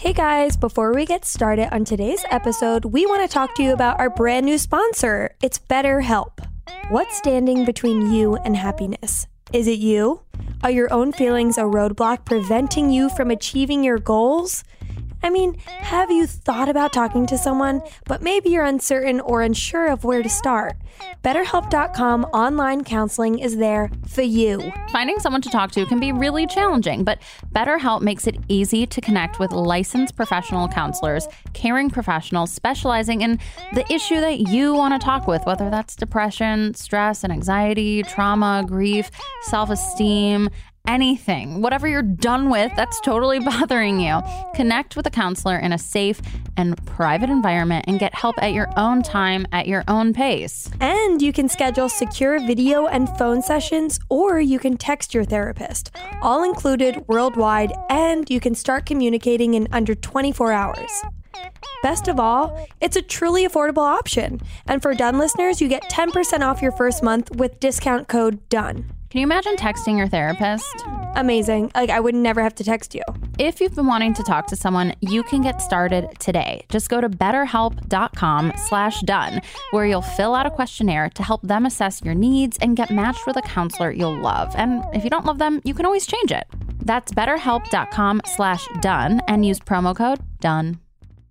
Hey guys, before we get started on today's episode, we want to talk to you about our brand new sponsor. It's BetterHelp. What's standing between you and happiness? Is it you? Are your own feelings a roadblock preventing you from achieving your goals? I mean, have you thought about talking to someone, but maybe you're uncertain or unsure of where to start? BetterHelp.com online counseling is there for you. Finding someone to talk to can be really challenging, but BetterHelp makes it easy to connect with licensed professional counselors, caring professionals specializing in the issue that you want to talk with, whether that's depression, stress and anxiety, trauma, grief, self esteem, anything, whatever you're done with that's totally bothering you. Connect with a counselor in a safe and private environment and get help at your own time, at your own pace. And you can schedule secure video and phone sessions, or you can text your therapist. All included worldwide, and you can start communicating in under 24 hours. Best of all, it's a truly affordable option. And for Done listeners, you get 10% off your first month with discount code DONE. Can you imagine texting your therapist? Amazing. Like, I would never have to text you. If you've been wanting to talk to someone, you can get started today. Just go to betterhelp.com slash done, where you'll fill out a questionnaire to help them assess your needs and get matched with a counselor you'll love. And if you don't love them, you can always change it. That's betterhelp.com slash done and use promo code done.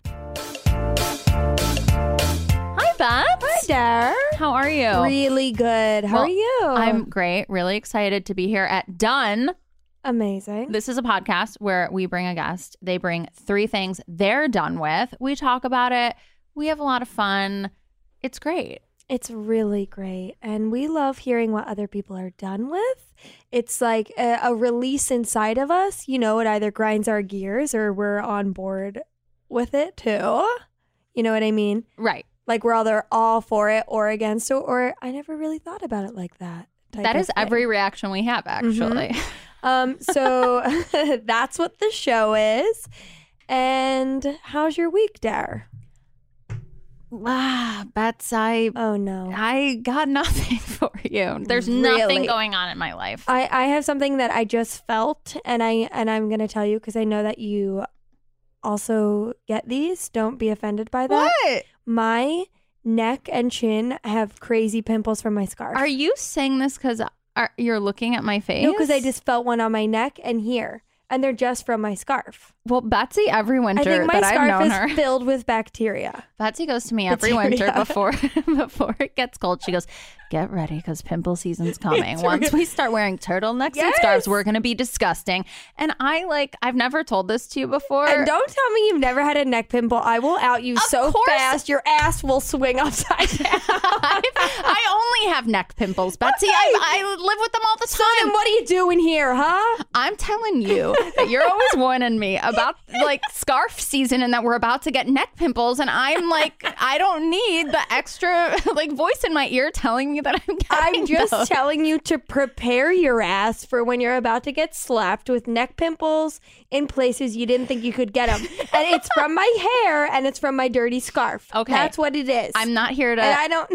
Hi, Beth. Hi there. How are you? Really good. How Well, are you? I'm great. Really excited to be here at Done. amazing. This is a podcast where we bring a guest. They bring three things they're done with. We talk about it. We have a lot of fun. It's great. It's really great. And we love hearing what other people are done with. It's like a, a release inside of us. You know, it either grinds our gears or we're on board with it too. You know what I mean? Right. Like we're either all for it or against it, or I never really thought about it like Mm-hmm. that. type that of is thing. every reaction we have, actually. Um, so that's what the show is. And how's your week, Dare? Ah, Bets, I, Oh no. I got nothing for you. There's nothing Really? Uh, going on in my life. I, I have something that I just felt and I and I'm gonna tell you because I know that you also get these. Don't be offended by that. what? My neck and chin have crazy pimples from my scarf. Are you saying this because you're looking at my face? no, because I just felt one on my neck and here. And they're just from my scarf. Well, Betsy, every winter I think my that I've scarf known is her. filled with bacteria. Patsy goes to me every winter Bacteria. before before it gets cold. She goes, "Get ready because pimple season's coming. Once we start wearing turtlenecks and scarves, Yes. we're gonna be disgusting." And I like, I've never told this to you before. and don't tell me you've never had a neck pimple. I will out you so course. fast your ass will swing upside down. I've- I only have neck pimples, Betsy. I, I live with them all the and time. what are you doing here, huh? I'm telling you that you're always warning me about like scarf season and that we're about to get neck pimples, and I'm like, I don't need the extra like voice in my ear telling me that I'm. Getting I'm just those. telling you to prepare your ass for when you're about to get slapped with neck pimples in places you didn't think you could get them. and it's from my hair and it's from my dirty scarf. Okay. That's what it is. I'm not here to. and I don't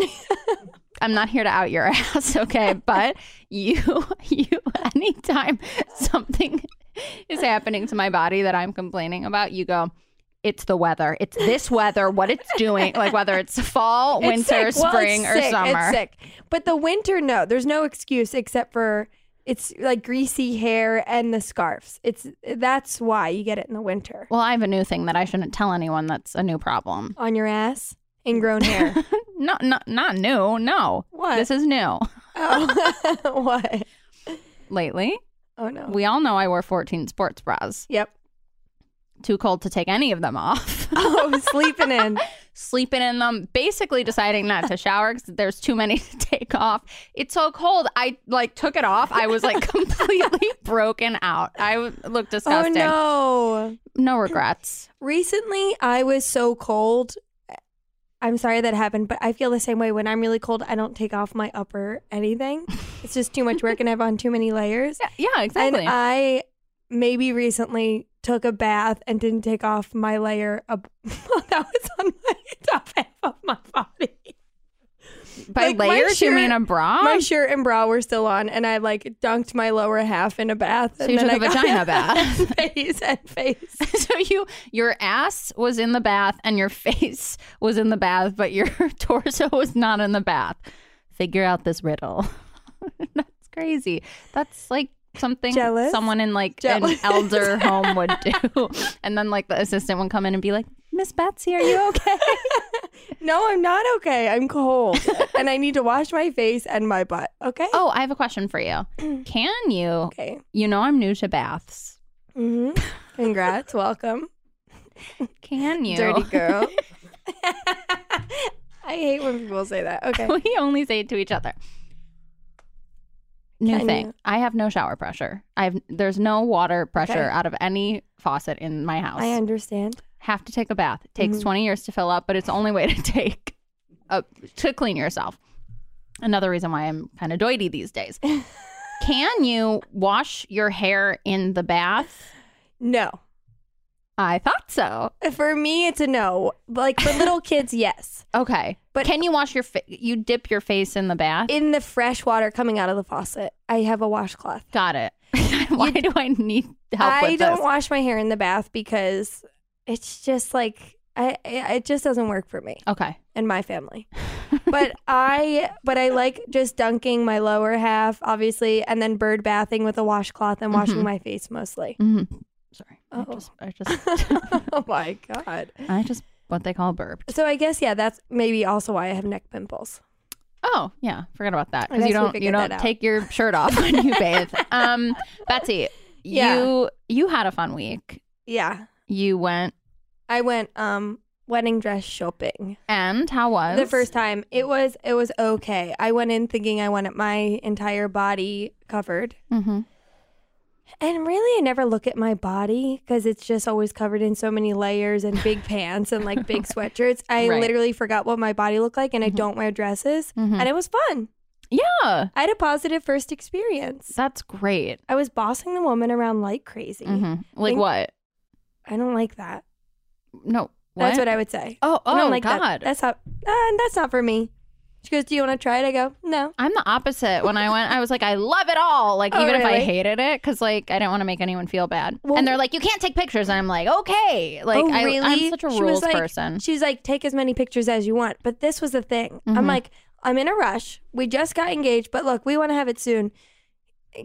I'm not here to out your ass, okay? But you, you, anytime something is happening to my body that I'm complaining about, you go, it's the weather. It's this weather, what it's doing, like whether it's fall, It's winter, sick. Well, spring, it's or sick. summer. It's sick. But the winter, no, there's no excuse except for it's like greasy hair and the scarves. It's that's why you get it in the winter Well, I have a new thing that I shouldn't tell anyone that's a new problem. on your ass, ingrown hair. No, no not new. No. What? This is new. oh, what? Lately, Oh no. we all know I wore 14 sports bras. yep. Too cold to take any of them off. Oh, sleeping in. sleeping in them, basically deciding not to shower because there's too many to take off. It's so cold. I like took it off. I was like completely broken out. I w- looked Oh disgusting. no. no regrets. Recently, I was so cold. I'm sorry that happened, but I feel the same way. When I'm really cold, I don't take off my upper anything. It's just too much work and I have on too many layers. Yeah, yeah exactly. And I maybe recently took a bath and didn't take off my layer ab- that was on my top half of my body. By like, my layers, you shirt- mean a bra? My shirt and bra were still on, and I like dunked my lower half in a bath. So and you then took I a got- vagina bath. face and face. so you your ass was in the bath and your face was in the bath but your torso was not in the bath figure out this riddle that's crazy that's like something Jealous? someone in like Jealous. an elder home would do and then like the assistant would come in and be like miss betsy are you okay No, I'm not okay. I'm cold and I need to wash my face and my butt. Okay. oh i have a question for you can you Okay. you know i'm new to baths hmm Congrats. Welcome. can you Dirty girl. I hate when people say that. Okay. we only say it to each other. New Can thing. you- I have no shower pressure. I've there's no water pressure out of any faucet in my house. I Mm-hmm. understand. have to take a bath. It takes 20 years to fill up, but it's the only way to take a, to clean yourself. Another reason why I'm kind of doity these days. Can you wash your hair in the bath? No. I thought so. For me, it's a no. Like for little kids, yes. Okay. But But- can you wash your fa- you dip your face in the bath? In the fresh water coming out of the faucet, I have a washcloth. Got it. Why do I need help I with don't this? wash my hair in the bath because it's just like I, I it just doesn't work for me. okay. and my family. but I but I like just dunking my lower half, obviously, and then bird bathing with a washcloth and washing Mhm. my face mostly. Mm-hmm. Sorry. I Oh. just, I just, oh my god. I just, what they call burped. So I guess yeah, that's maybe also why I have neck pimples. Oh yeah, forgot about that I because you guess we don't, could you get that don't out. take your shirt off when you bathe. Um, Betsy, Yeah. you you had a fun week. Yeah. You went I went um wedding dress shopping. and how was The first time it was it was okay. I went in thinking I wanted my entire body covered. Mm-hmm. And really, I never look at my body because it's just always covered in so many layers and big pants and like big sweatshirts. I Right. Mm-hmm. literally forgot what my body looked like, and I don't wear dresses. Mhm. And it was fun. Yeah, I had a positive first experience. that's great. I was bossing the woman around like crazy. hmm Like Think- what? I don't like that. No, That's what I would say. Oh, I oh don't like that. God. That's not. Uh, that's not for me. She goes, "Do you want to try it?" I go, "No." I'm the opposite. When I went, I was like, I love it all. Like, Oh, even if I really? hated it, because like I didn't want to make anyone feel bad. Well- and they're like, you can't take pictures. And I'm like, okay. Like, oh, I, really? I'm such a She was rules like- person. She's like, take as many pictures as you want. But this was the thing. Mm-hmm. I'm like, I'm in a rush. We just got engaged, but look, we want to have it soon.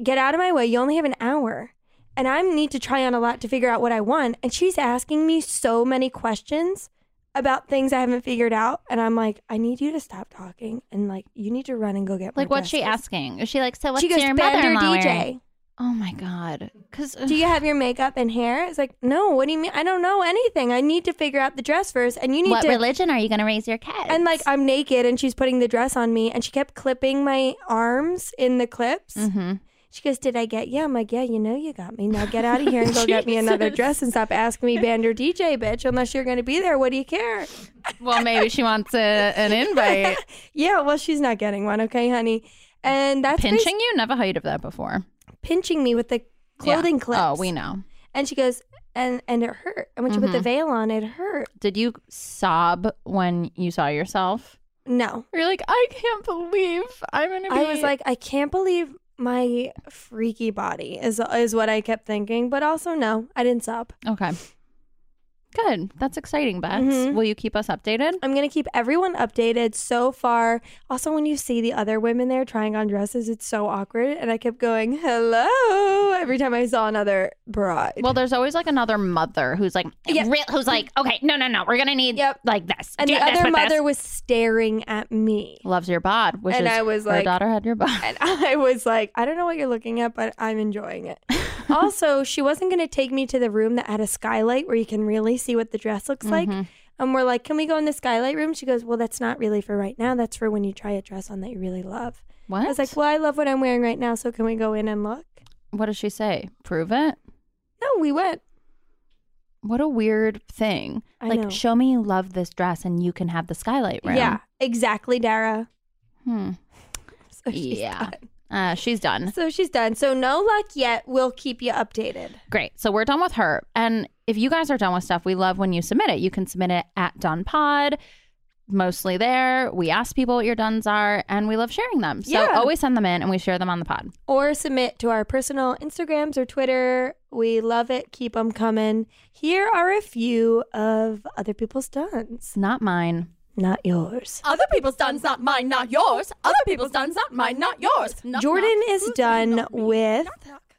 Get out of my way. You only have an hour. And I need to try on a lot to figure out what I want. And she's asking me so many questions about things I haven't figured out. And I'm like, I need you to stop talking. And like, you need to run and go get my Like, what's she dresses." asking? Is she like, so what's She goes, your mother Bender in law DJ. Oh my god, because Do you have your makeup and hair? It's like, no, what do you mean? I don't know anything. I need to figure out the dress first. And you need uh, what to religion are you going to raise your kids? And like I'm naked and she's putting the dress on me and she kept clipping my arms in the clips. Mhm. She goes, Did I get you? I'm like, Yeah, you know you got me. Now get out of here and go get me another dress and stop asking me bander DJ bitch unless you're gonna be there. What do you care? well, maybe she wants a, an invite. Yeah, well she's not getting one, okay, honey. And that's basi- Pinching you? Never heard of that before. pinching me with the Yeah. clothing clips. Oh, we Mm-hmm. know. And she goes, and and it hurt. And when she put the veil on, it hurt. Did you sob when you saw yourself? No. You're like, I can't believe I'm going to be. I was like, I can't believe my freaky body is is what I kept thinking, but also no, I didn't stop. okay. Good. That's exciting, Bets. Mhm. Will you keep us updated? I'm gonna keep everyone updated so far. Also, when you see the other women there trying on dresses, it's so awkward, and I kept going hello every time I saw another bride. Well, there's always like another mother who's like, Yeah. re- who's like, oh, okay, no, no, no, we're gonna need Yep. like this. and Do the this other with this." mother was staring at me, loves your bod, which and is I was her like, daughter had your bod. and I was like, I don't know what you're looking at, but I'm enjoying it. Mm-hmm. also, she wasn't going to take me to the room that had a skylight where you can really see what the dress looks like. And we're like, can we go in the skylight room? She goes, well, that's not really for right now. That's for when you try a dress on that you really love. What? I was like, well, I love what I'm wearing right now. So can we go in and look? what does she say? Prove it? No, we went. What a weird thing. I like, know. show me you love this dress and you can have the skylight room. Yeah, exactly, Dara. Hmm. So she's Yeah. done. Uh, she's done. So she's done. So no luck yet. We'll keep you updated. Great. So we're done with her. And if you guys are done with stuff, we love when you submit it. You can submit it at Done Pod, mostly there. We ask people what your duns are, and we love sharing them. So Yeah. always send them in, and we share them on the pod. Or submit to our personal Instagrams or Twitter. We love it. Keep them coming. Here are a few of other people's duns, It's not mine. not yours. Other people's duns, not mine, not yours. Other people's duns, not mine, not yours. Jordan is done with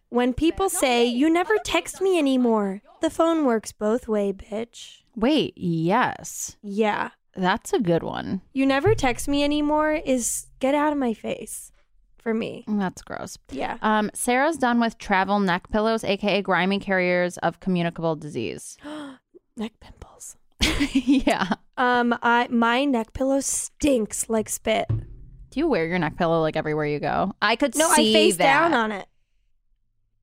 when people say, You never text me anymore. The phone works both way, bitch. Wait, yes. Yeah. That's a good one. You never text me anymore is get out of my face for me. That's gross. Yeah. Um, Sarah's done with travel neck pillows, aka grimy carriers of communicable disease. Neck pimples. yeah. Um, I my neck pillow stinks like spit. Do you wear your neck pillow like everywhere you go? I could No, see I face that. down on it.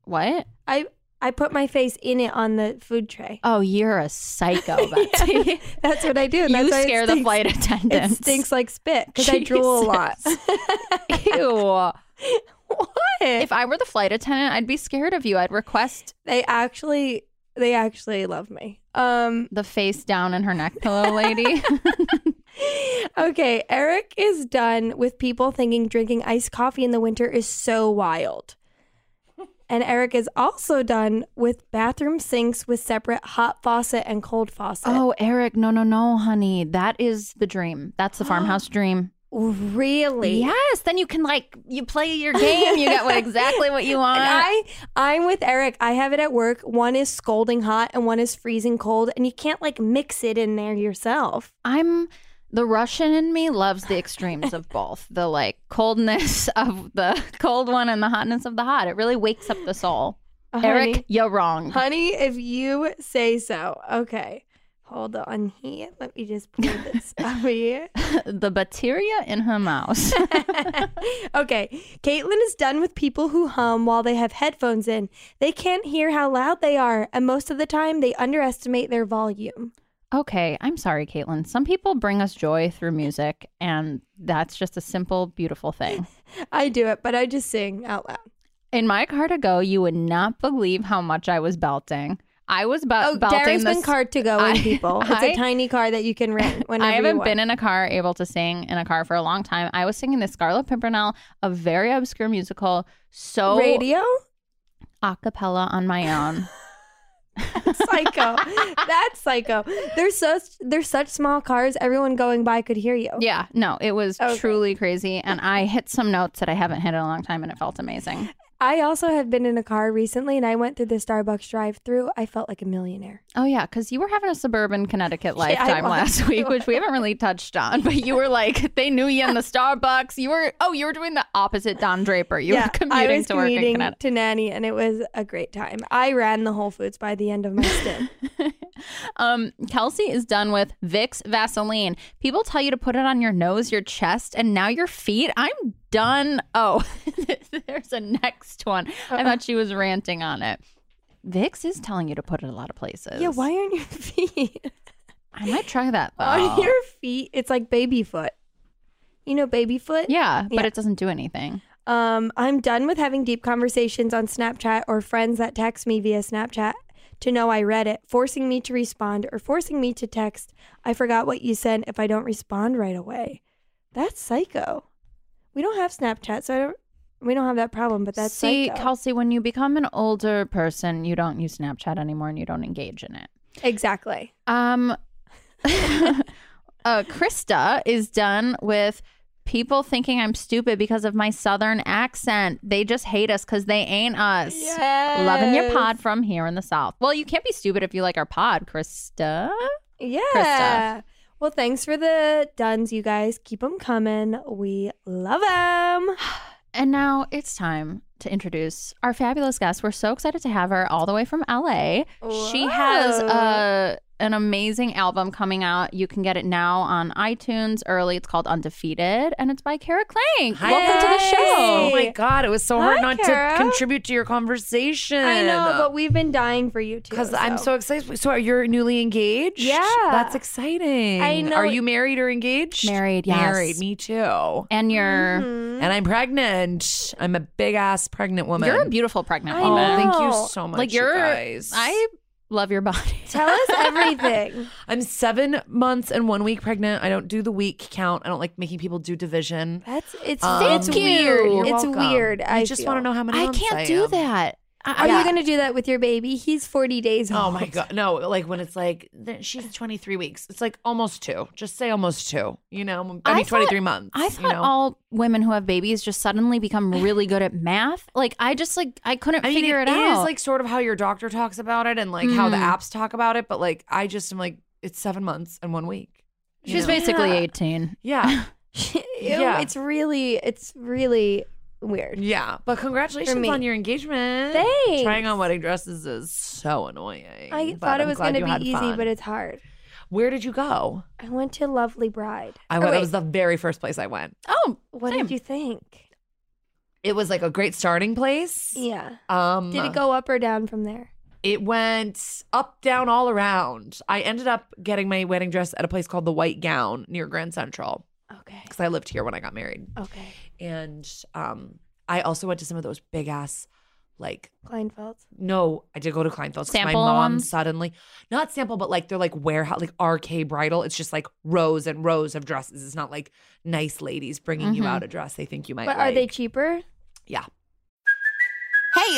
What? I I put my face in it on the food tray. Oh, you're a psycho, Betsy. That's what I do. and you that's why it scare the stinks. flight attendants. It stinks like spit because I drool a lot. Ew. what? If I were the flight attendant, I'd be scared of you. I'd request they actually they actually love me. Um the face down in her neck pillow lady. okay, Eric is done with people thinking drinking iced coffee in the winter is so wild. And Eric is also done with bathroom sinks with separate hot faucet and cold faucet. oh, Eric, no, no, no, honey. That is the dream. That's the farmhouse dream. really? Yes. Then you can, like, you play your game. You get what, exactly what you want. And I I'm with Eric. I have it at work. One is scolding hot and one is freezing cold and you can't like mix it in there yourself. I'm the Russian in me loves the extremes of both the like coldness of the cold one and the hotness of the hot. It really wakes up the soul. Eric, Honey. you're wrong. Honey, if you say so. Okay. Hold on here. Let me just pull this up here. the bacteria in her mouth. okay. Caitlin is done with people who hum while they have headphones in. They can't hear how loud they are, and most of the time they underestimate their volume. okay, I'm sorry, Caitlin. Some people bring us joy through music, and that's just a simple, beautiful thing. I do it, but I just sing out loud. In my car to go, you would not believe how much I was belting. I was bu- Oh, belting Dara's this. been car to go in Uh, I- people. It's I- a tiny car that you can rent whenever I haven't you been want. in a car able to sing in a car for a long time. I was singing the Scarlet Pimpernel, a very obscure musical, so radio. a cappella on my own. Psycho. That's psycho. They're such they're such small cars. Everyone going by could hear you. yeah, no, it was Okay. truly crazy. And I hit some notes that I haven't hit in a long time and it felt amazing. I also have been in a car recently and I went through the Starbucks drive through. I felt like a millionaire. Oh, yeah, because you were having a suburban Connecticut I lifetime was. last week, which we haven't really touched on, but you were like, they knew you in the Starbucks. You were, oh, you were doing the opposite Don Draper. You were I commuting was to work in commuting Connecticut. to nanny and it was a great time. I ran the Whole Foods by the end of my stint. Um, Kelsey is done with Vicks Vaseline. People tell you to put it on your nose, your chest, and now your feet. I'm done. Oh, there's a next one. I thought she was ranting on it. Vicks is telling you to put it a lot of places. yeah, why aren't your feet I might try that though. on your feet? It's like baby foot. You know baby foot? yeah, but Yeah. it doesn't do anything. Um, I'm done with having deep conversations on Snapchat or friends that text me via Snapchat to know I read it, forcing me to respond or forcing me to text, I forgot what you said if I don't respond right away. That's psycho. We don't have Snapchat, so I don't we don't have that problem, but that's See, psycho. Kelsey, when you become an older person, you don't use Snapchat anymore and you don't engage in it. exactly. Um, uh, Krista is done with people thinking I'm stupid because of my southern accent. They just hate us because they ain't us. Loving your pod from here in the south. Well, you can't be stupid if you like our pod, Krista. Yeah. Krista. Well, thanks for the duns, you guys. Keep them coming. We love them. And now it's time to introduce our fabulous guest. We're so excited to have her all the way from LA. She has Whoa. a an amazing album coming out. You can get it now on iTunes early. It's called Undefeated, and it's by Kara Clank. Welcome to the Hey. show. Oh my God, it was so hard not Kara. to contribute to your conversation. I know, but we've been dying for you too. because I'm so excited. So, are you newly engaged? Yeah. that's exciting. I know. Are you married or engaged? Married, yes. Mm-hmm. Married. Me too. And you're Mm-hmm. And I'm pregnant. I'm a big ass pregnant woman. you're a beautiful pregnant I Oh, woman. know. thank Wow. you so much. Like you you're, guys. I love your body. Tell us everything. I'm seven months and one week pregnant. I don't do the week count. I don't like making people do division. That's it's Um, it's Thank you. weird. You're it's welcome. weird. I I just want to feel. know how many. I months can't I do am. that. Are I, you gonna do that with your baby? He's 40 days old. Oh my god, no! Like when it's like th- she's 23 weeks. It's like almost two. Just say almost two. You know, I mean I thought- 23 months. I you thought know? all women who have babies just suddenly become really good at math. Like I just like I couldn't I mean, figure it, It is out. like sort of how your doctor talks about it and like how the Mm. apps talk about it. But like, I just am like, it's seven months and one week. you she's know? basically Yeah. 18. yeah, Ew, Yeah. It's really it's really weird. yeah. But congratulations me. on your engagement. Thanks. Trying on wedding dresses is so annoying. I but thought it I'm was glad gonna you be had easy, fun. but it's hard. where did you go? I went to Lovely Bride. I Or went. That wait, was the very first place I went. Oh, what same. did you think? It was like a great starting place. Yeah. Um, Did it go up or down from there? It went up, down, all around. I ended up getting my wedding dress at a place called the White Gown near Grand Central Okay. because I lived here when I got married. Okay. And um, I also went to some of those big ass, like, Kleinfeld. no, I did go to Kleinfeld's 'cause my Sample mom ones? suddenly, not sample, but like they're like warehouse, like RK bridal. It's just like rows and rows of dresses. It's not like nice ladies bringing you Mhm. out a dress they think you might But are like. they cheaper? Yeah. Hey,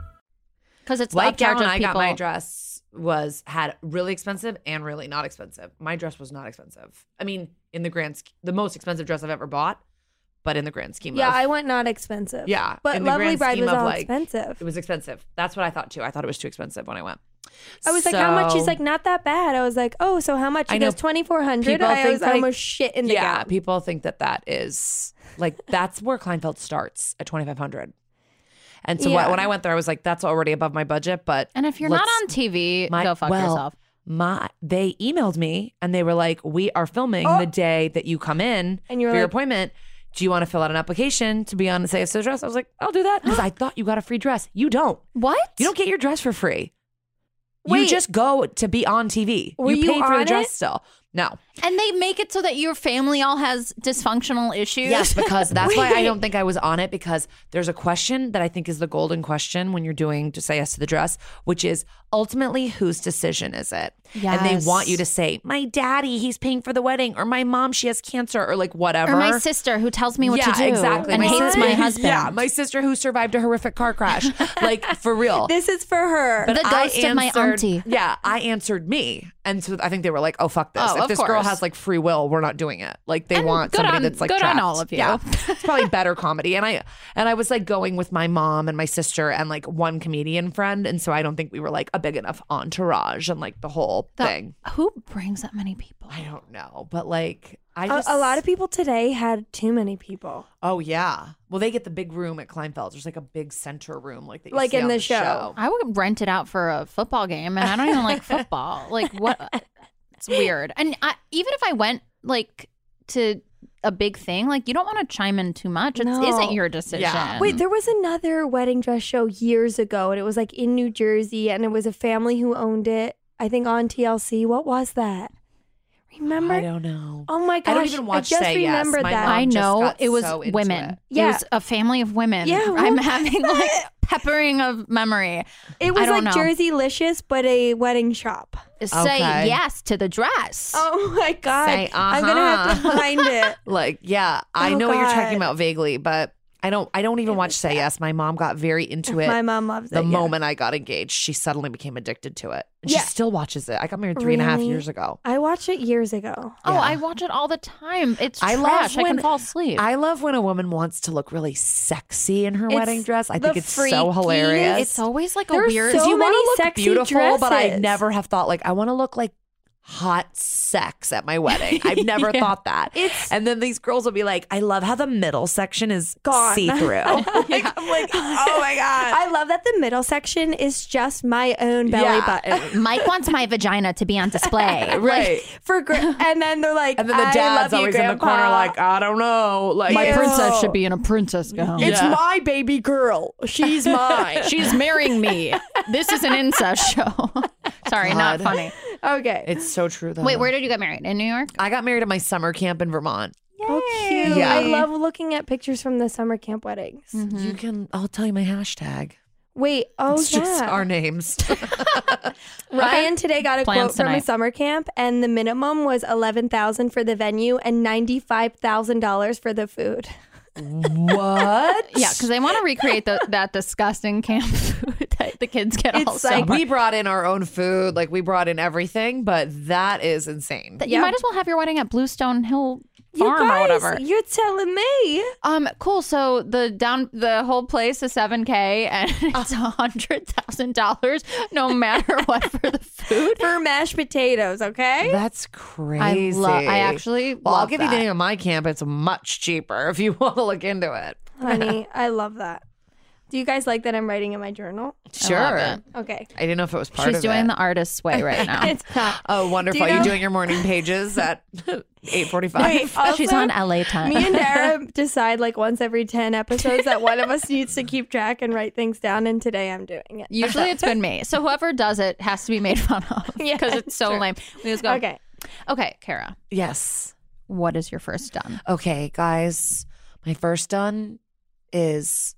because it's White upcharge gown of I got my people. dress was had really expensive and really not expensive. My dress was not expensive. I mean, in the grand sch- the most expensive dress I've ever bought, but in the grand scheme Yeah, of I went not expensive. Yeah, But in the Lovely grand Bride scheme was of, all like, expensive. it was expensive. That's what I thought too. I thought it was too expensive when I went. I was like, how much? She's So- like, not that bad. I was like, oh, so how much? She I know. goes, 2400 People I think, was like- almost shit in the yeah, gown. people think that that is like that's where Kleinfeld starts at twenty five hundred. And so Yeah. when I went there, I was like, that's already above my budget. But And if you're not let's- on TV, my- go fuck well, yourself. my they emailed me and they were like, "We are filming the day that you come in Oh. And you were for your like- appointment. Do you want to fill out an application to be on the Say So dress?" I was like, "I'll do that because I thought you got a free dress. You don't. What? You don't get your dress for free. You Wait. just go to be on TV. Were you you paid for on the it? dress still. No, And they make it so that your family all has dysfunctional issues. yes, because that's why I don't think I was on it because there's a question that I think is the golden question when you're doing to say yes to the dress, which is ultimately whose decision is it? And Yes. they want you to say, my daddy, he's paying for the wedding, or my mom, she has cancer, or like whatever. or my sister who tells me what yeah, to do exactly. and hates sister- my husband. Yeah, my sister who survived a horrific car crash. like for real. This is for her. the I ghost of my answered- auntie. Yeah, I answered me, and so I think they were like, "Oh fuck this! Oh, if of this girl course. has like free will, we're not doing it. Like they And want good somebody on- that's like good on trapped. all of you. Yeah, it's probably better comedy. And I and I was like going with my mom and my sister and like one comedian friend, and so I don't think we were like a big enough entourage and like the whole The- thing. Who brings that many people? I don't know, but like I A- just a lot of people today had too many people. Oh yeah, well they get the big room at Kleinfeld's. There's like a big center room, like that you Like see in on the the show. I would rent it out for a football game, and I don't even like football. Like what? It's weird. And I, even if I went like to a big thing, like you don't want to chime in too much. It No. not your decision. Yeah. Wait, there was another wedding dress show years ago, and it was like in New Jersey, and it was a family who owned it. I think on TLC. What was that? Remember? I don't know. Oh my gosh! I don't even watch just Say Yes. remembered My that. mom I just know got it was so into women. it. Yeah. It was a family of women. Yeah, what I'm was having that? like peppering of memory. It was don't like know. Jersey Licious, but a wedding shop. Say Okay. yes to the dress. Oh my god! Say, I'm gonna have to uh-huh. find it. Like, yeah, I Oh, know what you're God. talking about vaguely, but I don't I don't even watch Say Yes. My mom got very into it. My mom loves the it, yeah. moment I got engaged, she suddenly became addicted to it. And Yeah. she still watches it. I got married three and a half Really? years ago. I watched it years ago. Oh, I watch it all the time. It's I trash. love I can when- fall asleep. I love when a woman wants to look really sexy in her wedding dress. I the think it's so hilarious. it's always like a There's weird. so you wanna many look sexy beautiful, but I dresses. never have thought like I want to look like hot sex at my wedding. I've never thought that. It's- and then these girls will be like, I love how the middle section is Gone. see through. I'm like, oh my god. I love that the middle section is just my own belly Yeah. button. Mike wants my vagina to be on display. Right. For gr- and then they're like, And then the "I dad's love you, always in the Grandpa." corner, like, I don't know. Like, My Ew. princess should be in a princess gown. Yeah. It's my baby girl. She's mine. She's marrying me. This is an incest show. Sorry, not God. funny. okay, It's so true, though. Wait, where did you get married? In New York? I got married at my summer camp in Vermont. oh cute. Yeah. I love looking at pictures from the summer camp weddings. You can, I'll tell you my hashtag. Wait, Mm-hmm. oh It's yeah, just our names. Ryan today got a Plans quote from a tonight. summer camp, and the minimum was eleven thousand for the venue and ninety five thousand dollars for the food. what? Yeah, because they want to recreate the, that disgusting camp food that the kids get all It's like- summer. We brought in our own food, like, we brought in everything, but that is insane. You might as well have your wedding at Bluestone Hill Farm you guys, or whatever. you're telling me Um, cool. So the down the whole place is seven k, and it's a Uh-huh. hundred thousand dollars, no matter what for the food. for mashed potatoes, okay? That's crazy. love- I actually Well, I'll love give you that. the name of my camp. It's much cheaper if you want to look into it. Honey, I love that. Do you guys like that I'm writing in my journal? Sure. I, it. Okay. didn't know if it was part She's of doing it. the artist's way right now. It's not. Oh, wonderful! know- you doing your morning pages at eight forty-five. Wait, also, She's on LA time. Me and Dara decide like once every 10 episodes that one of us needs to keep track and write things down, and today I'm doing it. Usually it's been me. So whoever does it has to be made fun of because it's so lame. We just go, Okay. okay, Kara, Yes. what is your first done? Okay, guys. My first done is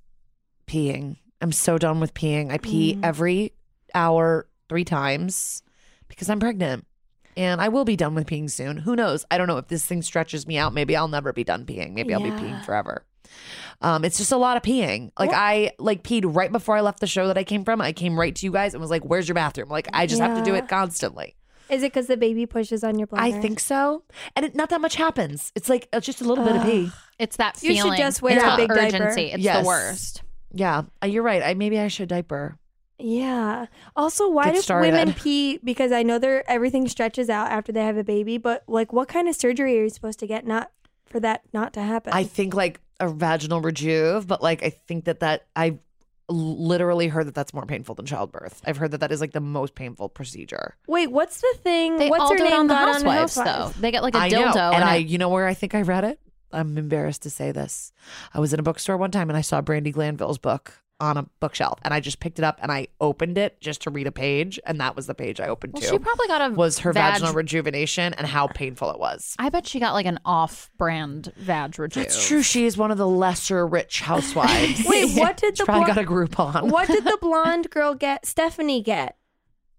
peeing. I'm so done with peeing. I pee every hour three times because I'm pregnant. And I will be done with peeing soon. Who knows? I don't know if this thing stretches me out. Maybe I'll never be done peeing. Maybe I'll be peeing forever. Um, it's just a lot of peeing. Like I like peed right before I left the show that I came from. I came right to you guys and was like, "Where's your bathroom?" Like I just have to do Yeah. it constantly. Is it because the baby pushes on your bladder? I think so. And it, not that much happens. It's like it's just a little bit of pee. It's that You feeling. should just wear it's a called big diaper. urgency. It's Yes. the worst. Yeah, uh, you're right. I maybe I should diaper. Yeah. Also, why Get do started. women pee? Because I know they're everything stretches out after they have a baby, but like, what kind of surgery are you supposed to get not for that not to happen? I think like a vaginal rejuve, but like I think that that I literally heard that that's more painful than childbirth. I've heard that that is like the most painful procedure. Wait, what's the thing? They what's all her do name it on the got housewives, Housewives? though. They get like a I dildo, know, and, it- I you know where I think I read it. I'm embarrassed to say this. I was in a bookstore one time and I saw Brandy Glanville's book on a bookshelf, and I just picked it up and I opened it just to read a page, and that was the page I opened Well, to. she probably got a was her vag- vaginal rejuvenation and how painful it was. I bet she got like an off-brand vag rejuve. That's true. She is one of the lesser rich housewives. Wait, what did She the probably blonde, got a Groupon. what did the blonde girl get? Stephanie get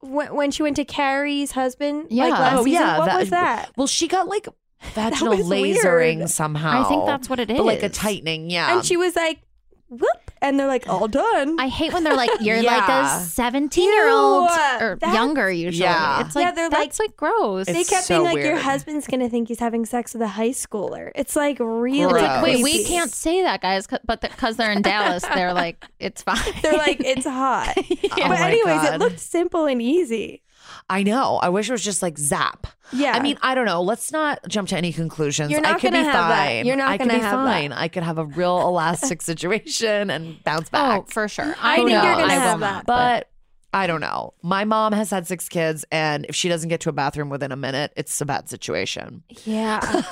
when, when she went to Carrie's husband? Yeah. like last Oh season? yeah, what was that? Well, she got like vaginal was lasering weird. somehow. I think that's what it But, like a is. tightening, yeah. And she was like, whoop, and they're like, all done. I hate when they're like, you're Yeah. like a 17 year old Ew, or that's- younger, usually. Yeah. It's like, Yeah, they're that's like, gross. they It's kept so being like, your weird. husband's gonna think he's having sex with a high schooler. It's like really It's like, Wait, we creepy. can't say that, guys, 'cause- but because they're in Dallas, they're like, it's fine. They're like, it's hot. Oh but my anyways, it God. looked simple and easy. I know. I wish it was just like zap. Yeah. I mean, I don't know. Let's not jump to any conclusions. You're I not could be gonna have that. fine. You're not I could gonna be have that. fine. I could have a real elastic situation and bounce back. oh, for sure. I, think know. you're gonna I have will that. not, but I don't know. My mom has had six kids, and if she doesn't get to a bathroom within a minute, it's a bad situation. Yeah.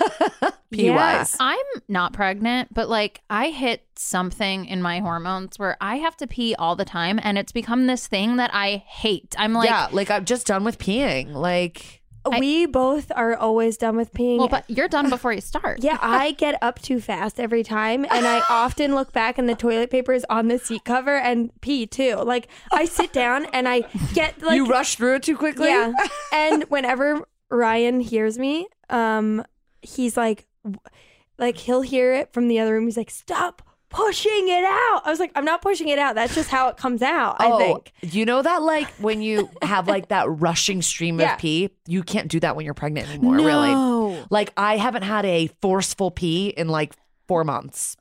Pee Yeah. wise. I'm not pregnant, but like I hit something in my hormones where I have to pee all the time and it's become this thing that I hate. I'm like, yeah, like I'm just done with peeing. Like, we both are always done with peeing. well, but you're done before you start. yeah, I get up too fast every time, and I often look back, and the toilet paper is on the seat cover, and pee too. Like I sit down, and I get like you rush through it too quickly. Yeah. and whenever Ryan hears me, um, he's like, like he'll hear it from the other room. He's like, "Stop pushing it out. I was like, I'm not pushing it out. That's just how it comes out, I think. Oh, you know that like when you have like that rushing stream Yeah. of pee, you can't do that when you're pregnant anymore, really. Like I haven't had a forceful pee in like four months.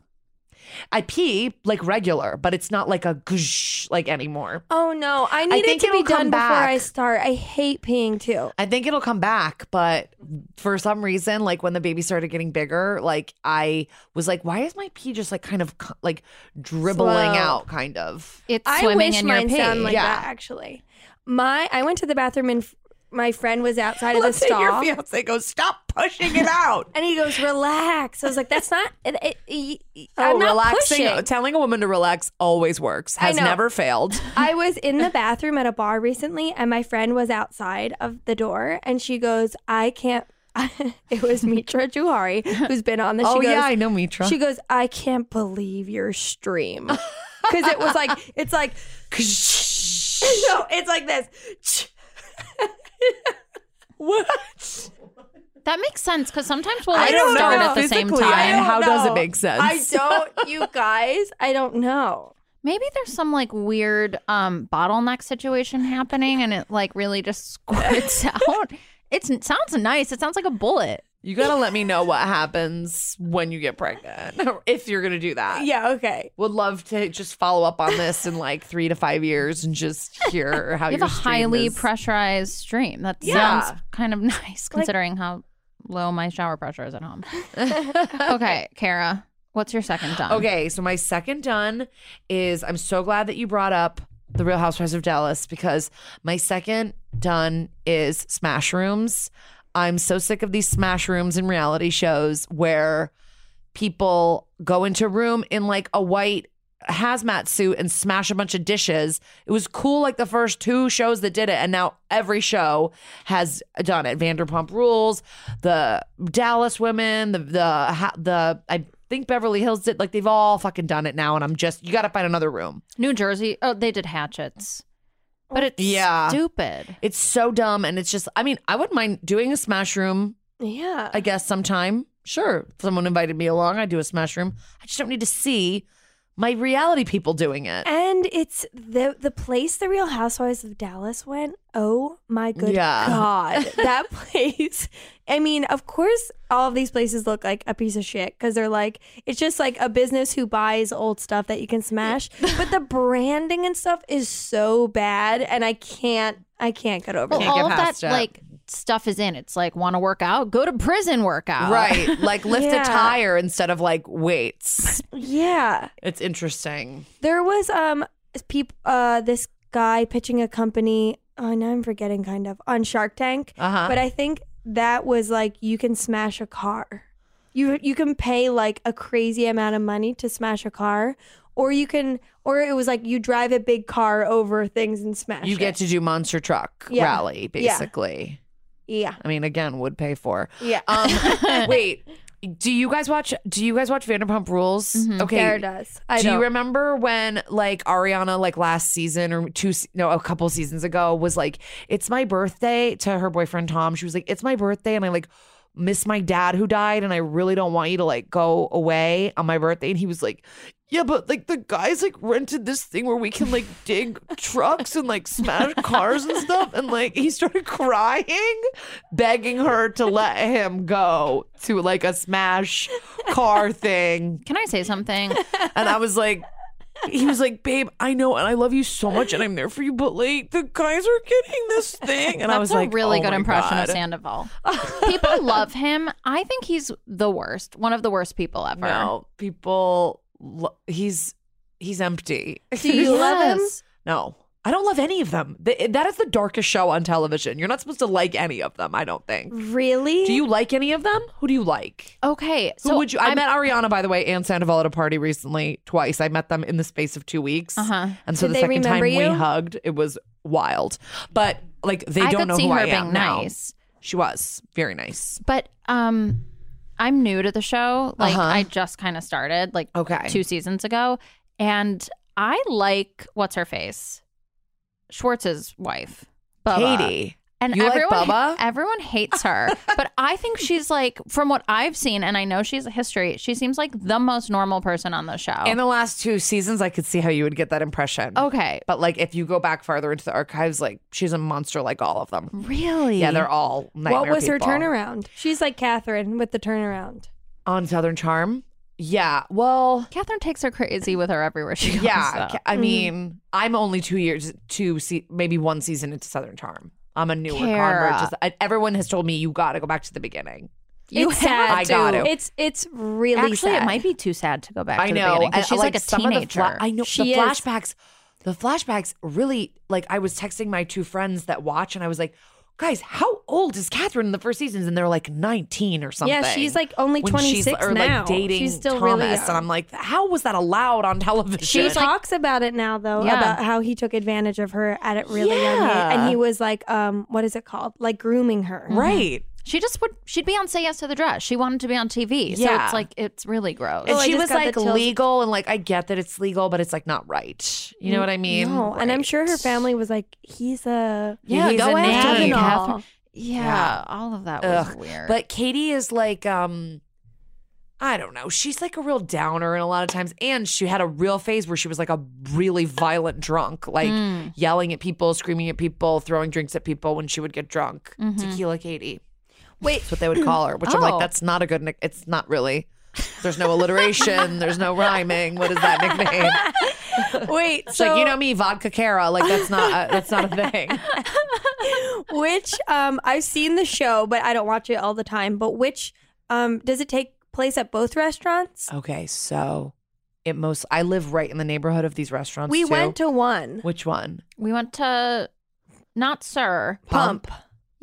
I pee like regular, but it's not like a gush like anymore. Oh no, I need it think to be it'll come done before I back. start. I hate peeing too. I think it'll come back, but for some reason, like when the baby started getting bigger, like I was like, why is my pee just like kind of co- like dribbling Slow. out, kind of? It's I swimming wish in your mine pee. sound like Yeah. that actually. My I went to the bathroom and f- my friend was outside of the stall. fiance goes, stop pushing it out. And he goes, relax. I was like, that's not. It, it, it- Oh, I'm not relaxing. pushing. Telling a woman to relax always works. Has know. never failed. I was in the bathroom at a bar recently, and my friend was outside of the door, and she goes, I can't. it was Mitra Juhari who's been on this. She oh goes, yeah, I know Mitra. She goes, I can't believe your stream. Because it was like, it's like, no, it's like this. what? That makes sense because sometimes we'll I like don't start know. at the same Physically, I time. don't- how does it know. make sense? I don't, you guys, I don't know. Maybe there's some like weird um bottleneck situation happening and it like really just squirts out. It's, it sounds nice. It sounds like a bullet. you gotta let me know what happens when you get pregnant, if you're gonna do that. Yeah, okay. Would love to just follow up on this in like three to five years and just hear how You have Oh, your a stream highly is. pressurized stream. That Yeah. sounds kind of nice considering how low my shower pressure is at home. okay, Kara, what's your second dumb? Okay, so my second done is I'm so glad that you brought up the Real Housewives of Dallas because my second done is smash rooms. I'm so sick of these smash rooms and reality shows where people go into a room in like a white hazmat suit and smash a bunch of dishes. It was cool like the first two shows that did it and now every show has done it. Vanderpump Rules, the Dallas women, the the ha- the I think Beverly Hills did like they've all fucking done it now and I'm just you got to find another room. New Jersey. Oh, they did hatchets. But it's Yeah. stupid. It's so dumb and it's just I mean, I wouldn't mind doing a smash room Yeah. I guess sometime. Sure, if someone invited me along, I'd do a smash room. I just don't need to see my reality people doing it. And it's the the place the Real Housewives of Dallas went. Oh my good Yeah. god, that place! I mean, of course, all of these places look like a piece of shit because they're like it's just like a business who buys old stuff that you can smash. but the branding and stuff is so bad, and I can't, I can't get over Well, oh, it. Can't get all of that past it. like stuff is in. It's like want to work out, go to prison workout. Right. Like lift Uh, Yeah. a tire instead of like weights. Yeah, It's interesting. there was um peop- uh this guy pitching a company. Oh, now I'm forgetting, kind of on Shark Tank. Uh-huh. But I think that was like you can smash a car. You you can pay like a crazy amount of money to smash a car, or you can, or it was like you drive a big car over things and smash. you get it. to do monster truck Yeah. rally, Yeah. basically. yeah, I mean, again, would pay for. yeah. Um wait. Do you guys watch do you guys watch Vanderpump Rules? Okay. Mm-hmm. Sarah does. I do don't. you remember when like Ariana like last season or two se- no a couple seasons ago was like it's my birthday to her boyfriend Tom she was like it's my birthday and I like miss my dad who died and I really don't want you to like go away on my birthday and he was like yeah but like the guys like rented this thing where we can like dig trucks and like smash cars and stuff and like he started crying begging her to let him go to like a smash car thing Can I say something? and I was like, he was like, babe, I know, and I love you so much, and I'm there for you, but like, the guys are getting this thing, and I That's was a like, really "Oh good my impression God." of Sandoval. people love him. I think he's the worst, one of the worst people ever. No, people, lo- he's he's empty. Do you love him? Yes. No, I don't love any of them. Th- that is the darkest show on television. You're not supposed to like any of them. I don't think. Really? Do you like any of them? Who do you like? Okay, Who so would you? I met Ariana, by the way, and Sandoval at a party recently. Twice, I met them in the space of two weeks. Uh-huh. And so Did the they second time remember we you? hugged, it was wild. But like, they I don't could know see who her I being am now. nice. She was very nice. But um I'm new to the show. Like Uh-huh. I just kind of started like Okay. two seasons ago and I like what's her face? Schwartz's wife. Bubba. Katie. And You like everyone, Bubba? everyone hates her, but I think she's like, from what I've seen, and I know she's a history. She seems like the most normal person on the show. In the last two seasons, I could see how you would get that impression. Oh. okay, But like if you go back farther into the archives, like she's a monster like all of them. really? Yeah, they're all nightmare What was her people. turnaround? She's like Catherine with the turnaround. On Southern Charm? Yeah. Well, Catherine takes her crazy with her everywhere she goes. yeah. though. ca- Mm-hmm. I mean, I'm only two years, two, se- maybe one season into Southern Charm. I'm a newer Kara. convert. Just, I, everyone has told me you got to go back to the beginning. You it's have sad. I got too. it. It's it's really Actually, sad. it might be too sad to go back. I to the know. beginning, 'cause and, she's like, a some of the teenager. fla- I know She the is. flashbacks. The flashbacks really like I was texting my two friends that watch, and I was like, "Guys, how old is Catherine in the first seasons?" And they're like nineteen or something. Yeah, she's, like, only When she's- 26 or, like, now. dating She's still Thomas, really young. and I'm like, "How was that allowed on television?" She talks about it now, though, Yeah. about how he took advantage of her at it really young age, Yeah. and he was like, um, what is it called? Like grooming her, right. She just would. She'd be on Say Yes to the Dress. She wanted to be on TV. So Yeah. it's like it's really gross. And I she just was got the like chills. legal, and like I get that it's legal, but it's like not right. You know what I mean? No, and I'm sure her Right. family was like, he's a Yeah, he's go a after him, Kavanaugh. Catherine. yeah, Yeah. all of that was Ugh. weird. But Katie is like, um, I don't know. She's like a real downer, and a lot of times, and she had a real phase where she was like a really violent drunk, like yelling at people, screaming at people, throwing drinks at people when she would get drunk. Tequila Katie. Wait, that's what they would call her. Which I'm Oh. like, that's not a good. Nick- it's not really. There's no alliteration. there's no rhyming. What is that nickname? Wait, It's so like you know me, vodka Cara. Like that's not a, that's not a thing. which um, I've seen the show, but I don't watch it all the time. But which um, does it take place at both restaurants? Okay, so it most I live right in the neighborhood of these restaurants. we too. went to one. Which one? we went to not Sir Pump.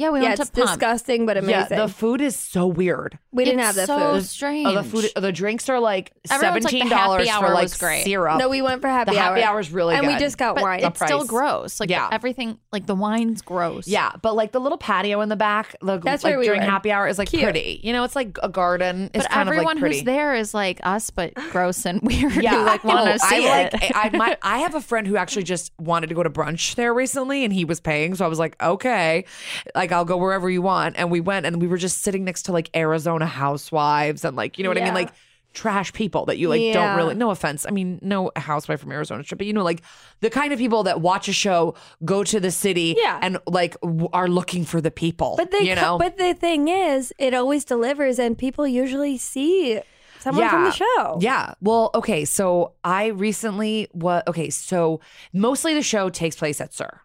Yeah, we yeah, went it's to Pump. disgusting, but amazing. Yeah, the food is so weird. we didn't It's have the so food. strange. Oh, the food, the drinks are like Everyone's like, the seventeen dollars happy for hour like was great. syrup. No, we went for happy the hour. happy hour is really and good. we just got but wine. it's still price. gross. Like Yeah. everything, like the wine's gross. yeah, but like the little patio in the back, the, That's like where we during were. happy hour is like Cute. pretty. You know, it's like a garden. It's but kind everyone of like pretty. who's there is like us, but gross and weird. Yeah, who, like want No, to see I it. like. I my, I have a friend who actually just wanted to go to brunch there recently, and he was paying, so I was like, okay, like I'll go wherever you want. And we went, and we were just sitting next to like Arizona housewives, and like you know what I Yeah. mean, like trash people that you like Yeah. don't really. No offense, I mean, no housewife from Arizona should, but you know, like the kind of people that watch a show, go to the city, Yeah. and like w- are looking for the people. But they, you co- know, but the thing is, it always delivers, and people usually see someone from the show. Yeah. Well, okay. So I recently was okay. So mostly the show takes place at Sir,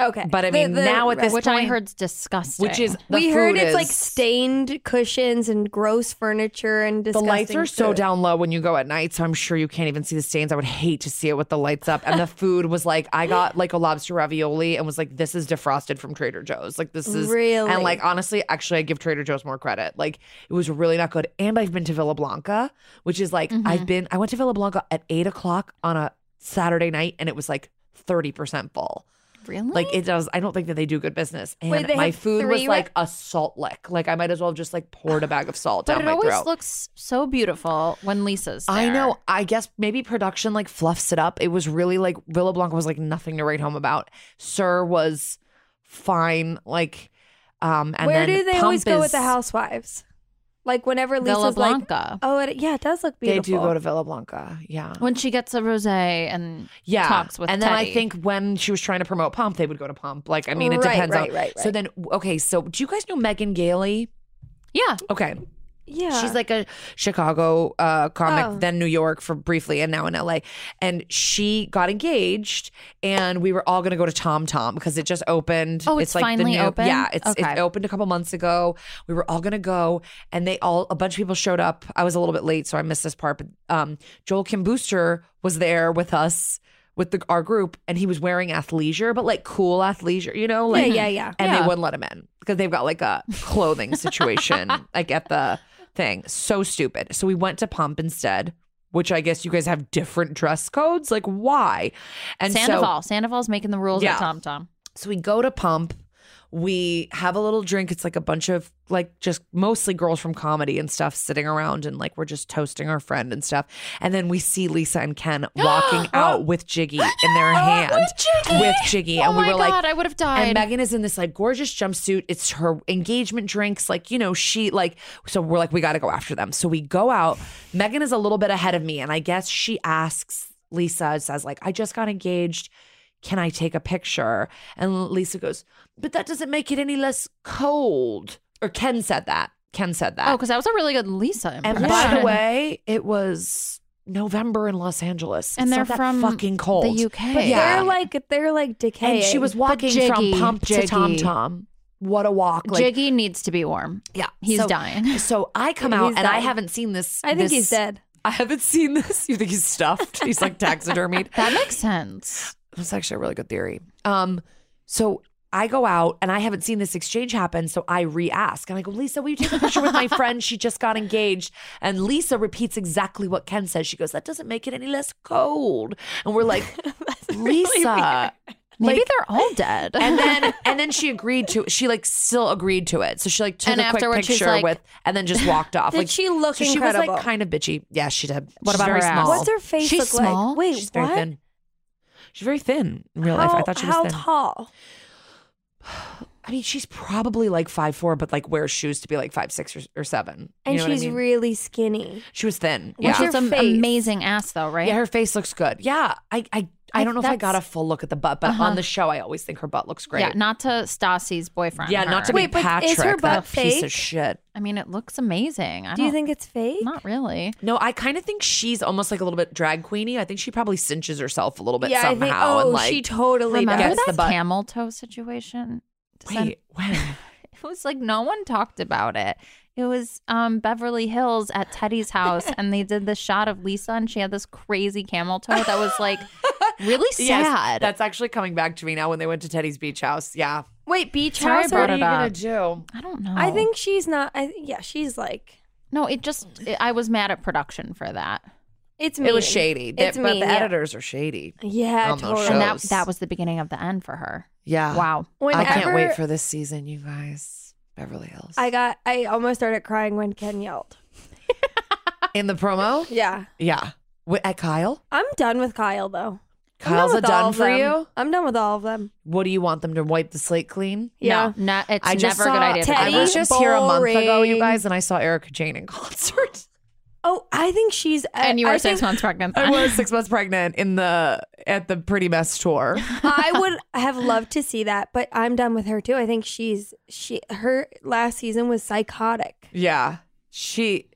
Okay. but I The- mean the- now at this which I point, heard's disgusting. which is the we heard food it's like is- stained cushions and gross furniture and The disgusting lights are so food. down low when you go at night, so I'm sure you can't even see the stains. I would hate to see it with the lights up. And the food was like, I got like a lobster ravioli and was like, this is defrosted from Trader Joe's. Like this is Really? And like honestly, actually, I give Trader Joe's more credit. Like it was really not good. And I've been to Villa Blanca, which is like Mm-hmm. I've been. I went to Villa Blanca at eight o'clock on a Saturday night, and it was like thirty percent full. really Like it does. I don't think that they do good business. And Wait, they my have food three was re- like a salt lick. Like I might as well have just like poured a bag of salt But down it my always throat. looks so beautiful when Lisa's. I there. know. I guess maybe production like fluffs it up. It was really like Villa Blanca was like nothing to write home about. Sir was fine. Like, um, and Where then do they Pump always go with is- the housewives? Like whenever Lisa's Villa like, Blanca. oh it, yeah, it does look They beautiful. do go to Villa Blanca. Yeah. when she gets a rosé and yeah. talks with and then Teddy. I think when she was trying to promote Pump, they would go to Pump. Like, I mean, it Right, depends right, on. right, So right. then, okay. So do you guys know Megan Gailey? yeah, Okay. yeah. She's like a Chicago uh, comic, Oh. then New York for briefly, and now in LA. And she got engaged, and we were all going to go to Tom Tom because it just opened. Oh, it's finally open? Yeah, it's Okay. it opened a couple months ago. We were all going to go, and they all a bunch of people showed up. I was a little bit late, so I missed this part. But um, Joel Kim Booster was there with us. With the, our group, and he was wearing athleisure, but like cool athleisure, you know, like yeah, yeah. and Yeah. they wouldn't let him in because they've got like a clothing situation like at the thing. So stupid. So we went to Pump instead, which I guess you guys have different dress codes. Like why? And so- Sandoval. Sandoval's making the rules Yeah. at Tom Tom. so we go to Pump. We have a little drink. It's like a bunch of like just mostly girls from comedy and stuff sitting around and like we're just toasting our friend and stuff. And then we see Lisa and Ken walking out with Jiggy in their hand with Jiggy. Oh and we my were like, God, I would have died. And Megan is in this like gorgeous jumpsuit. It's her engagement drinks. Like, you know, she like, so we're like, we got to go after them. So we go out. Megan is a little bit ahead of me. And I guess she asks Lisa, says, like, I just got engaged. Can I take a picture? And Lisa goes, but that doesn't make it any less cold. Or Ken said that. Ken said that. Oh, because that was a really good Lisa And impression. by the way, it was November in Los Angeles. It's And they're not that from fucking cold. the UK. But yeah. They're like they're like decaying. And she was walking from Jiggy, pump to Jiggy. tom tom. What a walk! Like, Jiggy needs to be warm. yeah, He's So- dying. So I come out He's and I dying. haven't seen this. I think this- he's dead. I haven't seen this. You think he's stuffed? He's like taxidermied. That makes sense. That's actually a really good theory. Um, so I go out and I haven't seen this exchange happen, so I re-ask and I go, Lisa, will you take a picture with my friend? She just got engaged. And Lisa repeats exactly what Ken says. She goes, That doesn't make it any less cold. And we're like, Lisa. Maybe like- they're all dead. and then and then she agreed to she like still agreed to it. So she like took And a quick afterward she's picture like- with and then just walked off. Did like she look so She was incredible? like kind of bitchy. Yeah, she did. What She's about her very small? small. What's her face She's look small. like? Wait, She's what? very thin. She's very thin in real how, life. I thought she was how thin. tall? I mean, she's probably like five four, but like wears shoes to be like five six or, or seven. You And know what I she's mean? really skinny. she was thin. Which Yeah, her is an face? amazing ass, though, right? yeah, her face looks good. Yeah, I I, I don't know if I that's- got a full look at the butt, but Uh-huh. on the show, I always think her butt looks great. Yeah, not to Stassi's boyfriend. Yeah, not her. to Wait, be but Patrick, is her that butt piece of fake? shit. I mean, it looks amazing. I Do you don't- Uh-huh. think it's fake? Not really. No, I kind of think she's almost like a little bit drag queeny. I think she probably cinches herself a little bit yeah, I somehow. think. Oh, and like, she totally Remember gets does. the that butt. camel toe situation? Does that- wait, when? It was like no one talked about it. It was um, Beverly Hills at Teddy's house, and they did the shot of Lisa, and she had this crazy camel toe that was like really Yes, sad. that's actually coming back to me now. When they went to Teddy's beach house, yeah. Wait, beach Sorry I house. brought Or, it up. do? I don't know. I think she's not. I, yeah, she's like. no. It just it, I was mad at production for that, It's mean. It was shady. That- It's but mean, the yeah. editors are shady. Yeah, on those totally. shows. and that that was the beginning of the end for her. Yeah. Wow. I can't wait Whenever- for this season, you guys. Beverly Hills. I got. I almost started crying when Ken yelled. In the promo? Yeah, Yeah. Wi- at Kyle? I'm done with Kyle though. I'm done Kyle's a with all done of for them. you? I'm done with all of them. What do you want them to wipe the slate clean? Yeah. No, no it's I just never a saw- good idea. to do I Teddy? was that. just here a month ago, you Boring. guys, and I saw Erica Jane in concert. Oh, I think she's. I- and you were I six think months pregnant. I was six months pregnant in the at the Pretty Mess tour. I would have loved to see that, but I'm done with her too. I think she's she. Her last season was psychotic. Yeah. She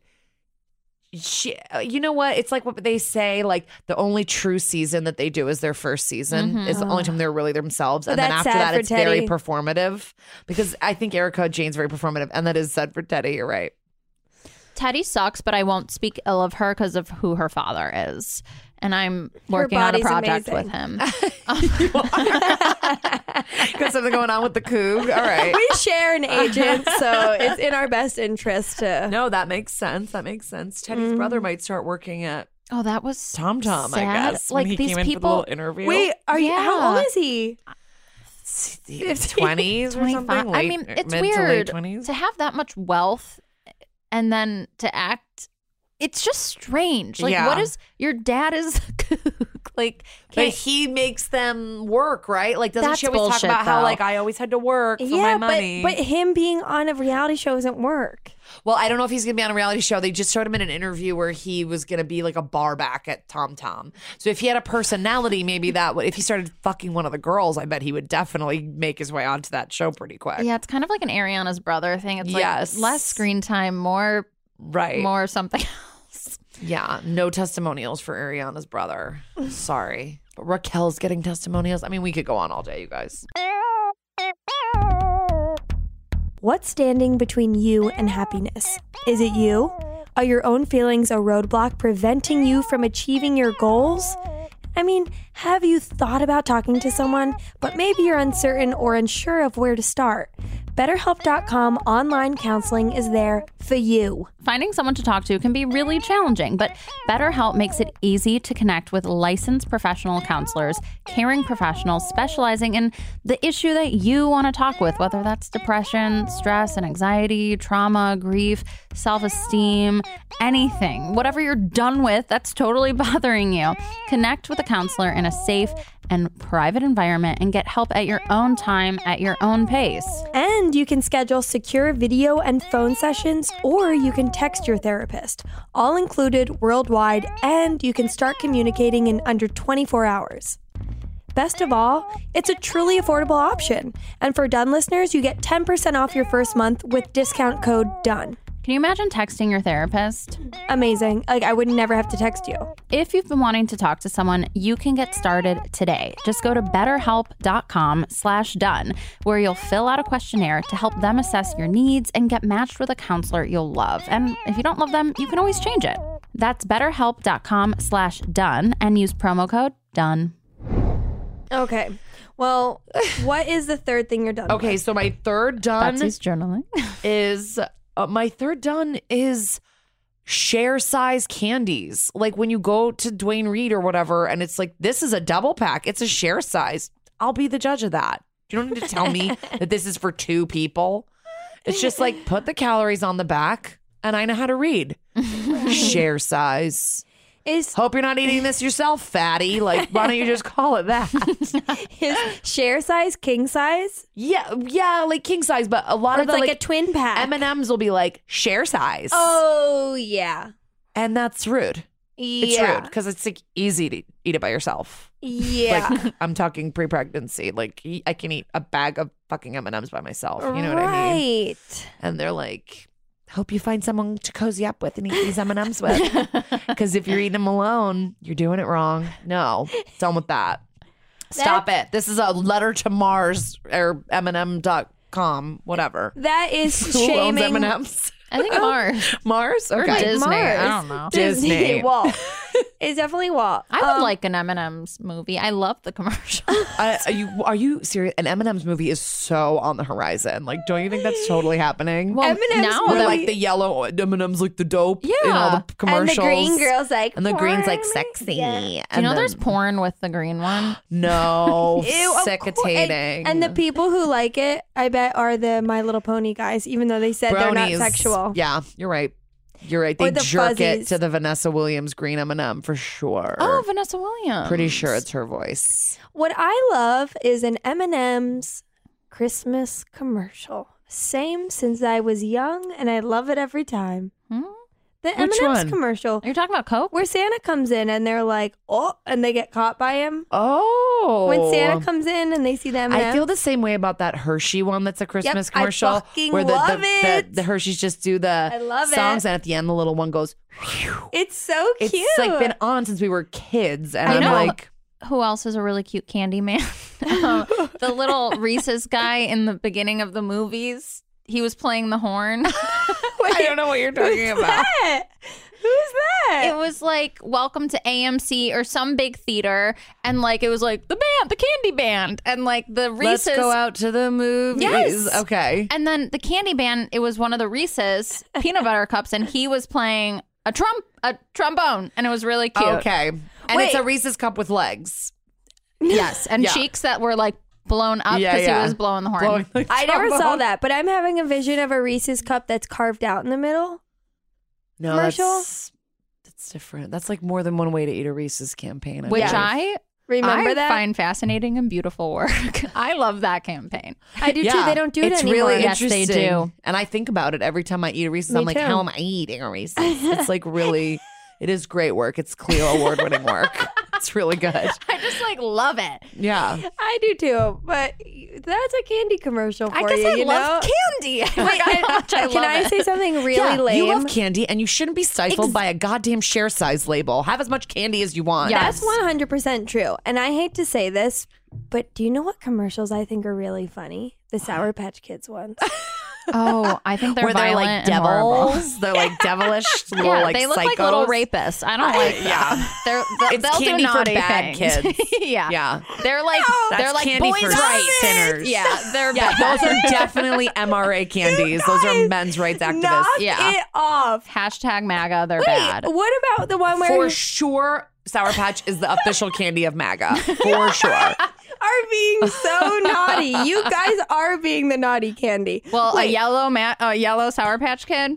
she uh, you know what? It's like what they say like the only true season that they do is their first season. Is the only time they're really themselves But and then that's after sad that for it's very Teddy. performative because I think Erica Jane's very performative and that is said for Teddy, you're right. Teddy sucks, but I won't speak ill of her because of who her father is. And I'm working on a body's project amazing. with him. Got something going on with the coog. All right. We share an agent, so it's in our best interest to. No, that makes sense. That makes sense. Teddy's brother might start working at Oh, that was Tom Tom, I sad. guess. Like when he these came in for the people, little interview. Wait, are you? How Yeah. old is he? twenties or something. 25. I Late- eh, mean, it's mid to late weird 20s. to have that much wealth and then to act. It's just strange. Like, Yeah. what is your dad is a kook. like? But Can't, he makes them work, right? Like, doesn't That's she always bullshit, talk about how though. like I always had to work for yeah, my money? but but him being on a reality show doesn't work. well, I don't know if he's gonna be on a reality show. They just showed him in an interview where he was gonna be like a bar back at Tom Tom. So if he had a personality, maybe that would. If he started fucking one of the girls, I bet he would definitely make his way onto that show pretty quick. yeah, it's kind of like an Ariana's brother thing. It's like Yes. Eh. less screen time, more, right. more something. Yeah, no testimonials for Ariana's brother. Sorry. But Raquel's getting testimonials. I mean, we could go on all day, you guys. What's standing between you and happiness? Is it you? Are your own feelings a roadblock preventing you from achieving your goals? I mean, have you thought about talking to someone, but maybe you're uncertain or unsure of where to start? BetterHelp.com online counseling is there for you. Finding someone to talk to can be really challenging, but BetterHelp makes it easy to connect with licensed professional counselors, caring professionals specializing in the issue that you want to talk with, whether that's depression, stress and anxiety, trauma, grief, self esteem, anything. Whatever you're done with that's totally bothering you, connect with a counselor in a safe and private environment and get help at your own time, at your own pace. And you can schedule secure video and phone sessions, or you can text your therapist, all included worldwide, and you can start communicating in under 24 hours. Best of all, it's a truly affordable option. And for Done listeners, you get 10% off your first month with discount code DONE. Can you imagine texting your therapist? Amazing. Like, I would never have to text you. If you've been wanting to talk to someone, you can get started today. Just go to betterhelp.com slash done, where you'll fill out a questionnaire to help them assess your needs and get matched with a counselor you'll love. And if you don't love them, you can always change it. That's betterhelp.com slash done and use promo code done. Okay. Well, what is the third thing you're done Okay, so my third done Betsy's journaling. is uh, my third done is share size candies. Like when you go to Dwayne Reed or whatever, and it's like this is a double pack. It's a share size. I'll be the judge of that. You don't need to tell me that this is for two people. It's just like put the calories on the back, and I know how to read. share size. Is Hope you're not eating this yourself, fatty. Like, why don't you just call it that? his share size king size? yeah, yeah, like king size, but a lot Or of it's the, like, a twin pack. M and M's will be like share size. oh yeah. and that's rude. It's rude because it's like easy to eat it by yourself. Yeah. Like I'm talking pre-pregnancy. Like y- I can eat a bag of fucking M and M's by myself. You know right. what I mean? And they're like, "Hope you find someone to cozy up with and eat these M and M's with." Because if you're eating them alone, you're doing it wrong. No, done with that. Stop it. This is a letter to Mars or M&M.com, whatever. That is Who owns shaming. M&Ms? I think Mars Mars? Okay. Disney. Mars. I don't know. Disney. Walt. it's definitely Walt. I would like an M&M's movie. I love the commercial. I, are you are you serious? An Eminem's movie is so on the horizon. Like, don't you think that's totally happening? Well, M&M's now Where, that like the yellow Eminem's like the dope. in all Yeah. the commercials. girl's like, And the green's like sexy. you And know, then- there's porn with the green one. no Ew, of course. secretating. And, and the people who like it, I bet, are the My Little Pony guys, even though they said they're Brownies. not sexual. Yeah, you're right. You're right. Or They the jerk it fuzzies. to the Vanessa Williams green M&M for sure. Oh, Vanessa Williams. Pretty sure it's her voice. What I love is an M&M's Christmas commercial. Same since I was young, and I love it every time. Hmm? The Which M&M's one? commercial Are you talking about Coke? where Santa comes in and they're like, oh, and they get caught by him. Oh, When um, Santa comes in and they see the M&M. I feel the same way about that Hershey one that's a Christmas I commercial fucking where the, love the, it. The, the Hershey's just do the I love songs it. and at the end the little one goes "Phew." It's so cute. It's like been on since we were kids and I I'm know. like Who else is a really cute candy man? Um, the little Reese's guy in the beginning of the movies. He was playing the horn. I don't know what you're talking about. that? Who's it that? was like welcome to AMC or some big theater and like it was like the band, the candy band and like the Let's Reese's go out to the movies. Yes. Okay. And then the candy band, it was one of the Reese's peanut butter cups, and he was playing a trump a trombone, and it was really cute. Oh, Okay. And it's Wait. a Reese's cup with legs. Yes, and Yeah. cheeks that were like blown up because Yeah, yeah. he was blowing the horn. Blowing the I never trombone. saw that, but I'm having a vision of a Reese's cup that's carved out in the middle. No, commercial. That's, that's different. That's like more than one way to eat a Reese's campaign. Which believe. I Remember I that? find fascinating and beautiful work. I love that campaign. I do too. They don't do it it's anymore. really Yes, they interesting. do. And I think about it every time I eat a Reese's. Me I'm like, too. how am I eating a Reese's? It's like really, it is great work. It's Cleo award winning work. It's really good. I just like love it. Yeah. I do too, but that's a candy commercial for I guess you. I you love know? candy. Wait, I, I Can I say something really yeah, lame? You love candy and you shouldn't be stifled by a goddamn share size label. Have as much candy as you want. Yeah. that's 100% true. And I hate to say this, but do you know what commercials I think are really funny? The Sour Patch Kids ones. Oh, I think they're where they're like violent and horrible. devils. They're like devilish little Yeah, like they look psychos. like little rapists. I don't like. yeah. They're, they'll- It's they'll candy do for naughty bad things. kids. yeah, Yeah. They're like they're That's like candy boys' for rights. sinners. Yeah, they're Yeah, bad. those are definitely MRA candies. Those are men's rights activists. Knock Yeah. it off. hashtag MAGA. They're bad. Wait, what about the one where For sure, Sour Patch is the official candy of MAGA. For sure. you are being so naughty? You guys are being the naughty candy. Well, Wait, a yellow ma- a yellow Sour Patch Kid.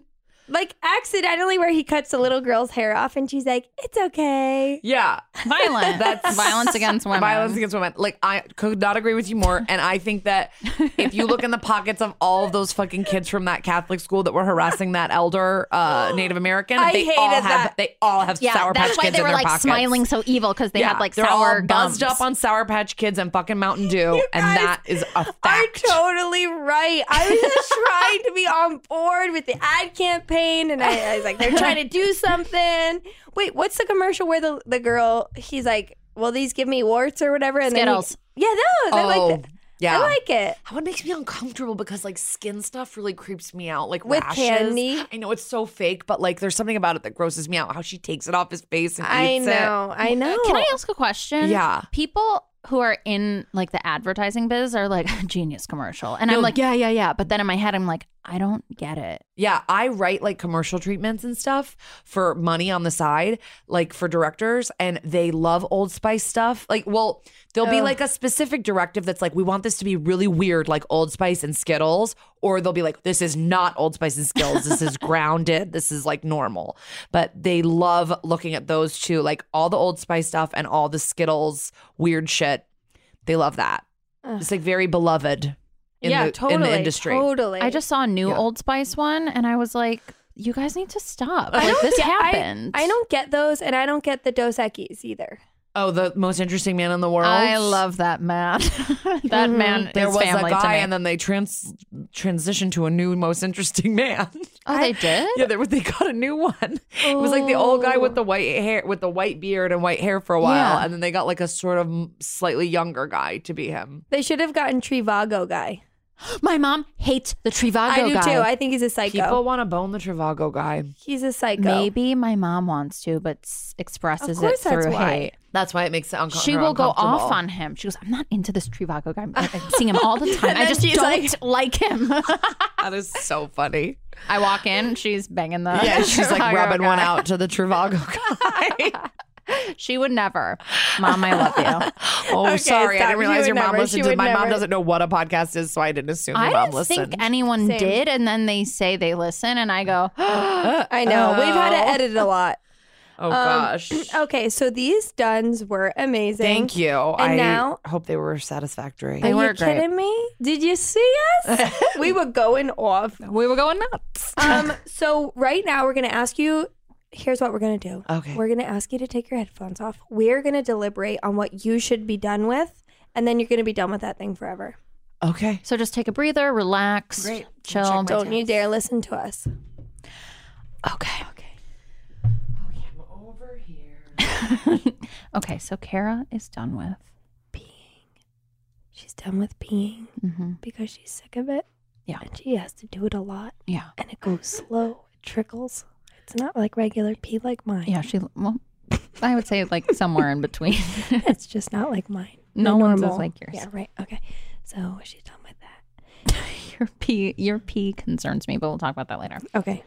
like accidentally where he cuts the little girl's hair off and she's like, "It's okay." Yeah. Violent. That's violence against women. Violence against women. Like I could not agree with you more. And I think that if you look in the pockets of all of those fucking kids from that Catholic school that were harassing that elder uh, Native American, I they hated all have that. they all have Yeah, sour that's patch why kids they in were their like pockets. smiling so evil because they yeah, had like they're sour all buzzed gums. up on Sour Patch Kids and fucking Mountain Dew, and guys that is a Are fact. totally right. I was just trying to be on board with the ad campaign, and I, I was like, "They're trying to do something." Wait, what's the commercial where the the girl? He's like, "Will these give me warts or whatever?" And Skittles. Then he, yeah, those. I Oh, like that. yeah. I like it. That one makes me uncomfortable because like skin stuff really creeps me out. Like With rashes. candy? I know it's so fake, but like there's something about it that grosses me out. How she takes it off his face and I eats it. know. I know. Can I ask a question? Yeah. People who are in like the advertising biz are like genius commercial, and I'm like, yeah, yeah, yeah. But then in my head, I'm like, I don't get it. Yeah, I write like commercial treatments and stuff for money on the side, like for directors, and they love Old Spice stuff. Like, well, there'll be like a specific directive that's like, we want this to be really weird, like Old Spice and Skittles, or they'll be like, this is not Old Spice and Skittles. This is grounded. This is like normal. But they love looking at those two, like all the Old Spice stuff and all the Skittles weird shit. They love that. It's like very beloved in, yeah, the, totally. in the industry. Totally. I just saw a new Yeah. Old Spice one, and I was like, you guys need to stop. Like don't this get- I- happened. I don't get those, and I don't get the Dos Equis either. Oh, the most interesting man in the world. I love that man. that man There is was a family to guy, me. and then they trans transitioned to a new most interesting man. oh, they did. yeah, there was they got a new one. It was like the old guy with the white hair, with the white beard and white hair for a while, Yeah. and then they got like a sort of slightly younger guy to be him. They should have gotten Trivago guy. My mom hates the Trivago I do guy. too. I think he's a psycho. People want to bone the Travago guy. he's a psycho. Maybe my mom wants to, but s- expresses Of it course that's through why. hate. That's why it makes it uncomfortable. She will go off on him. She goes, "I'm not into this Trivago guy. I'm, I'm seeing him all the time. I then just she's don't like, like- him." That is so funny. I walk in, she's banging the. Yeah, she's like Trivago rubbing one guy. out to the Travago guy. She would never. Mom, I love you. Oh, Okay, sorry. I stop. didn't realize She your would mom never. listened She to would My mom never. doesn't know what a podcast is, so I didn't assume your I mom don't listened. think anyone Same. did, and then they say they listen, and I go, I know. We've had to Oh. edit a lot. oh, Um, gosh. Okay, so these duns were amazing. Thank you. And I now- hope they were satisfactory. Are They you were great. kidding me? Did you see us? we were going off. "We were going nuts." Um, so right now we're gonna ask you. Here's what we're gonna do. Okay. We're gonna ask you to take your headphones off. We're gonna deliberate on what you should be done with, and then you're gonna be done with that thing forever. Okay. So just take a breather, relax, chill. Don't you dare listen to us. Okay. Okay. okay, so Kara is done with. She's done with peeing Mm-hmm. because she's sick of it. Yeah. And she has to do it a lot, Yeah. and it goes slow. It trickles. It's not like regular pee like mine. Yeah, she, well, I would say like somewhere in between. It's just not like mine. No The one's normal. is like yours. Yeah, right. Okay. So she's done with that. Your pee, your pee concerns me, but we'll talk about that later. Okay.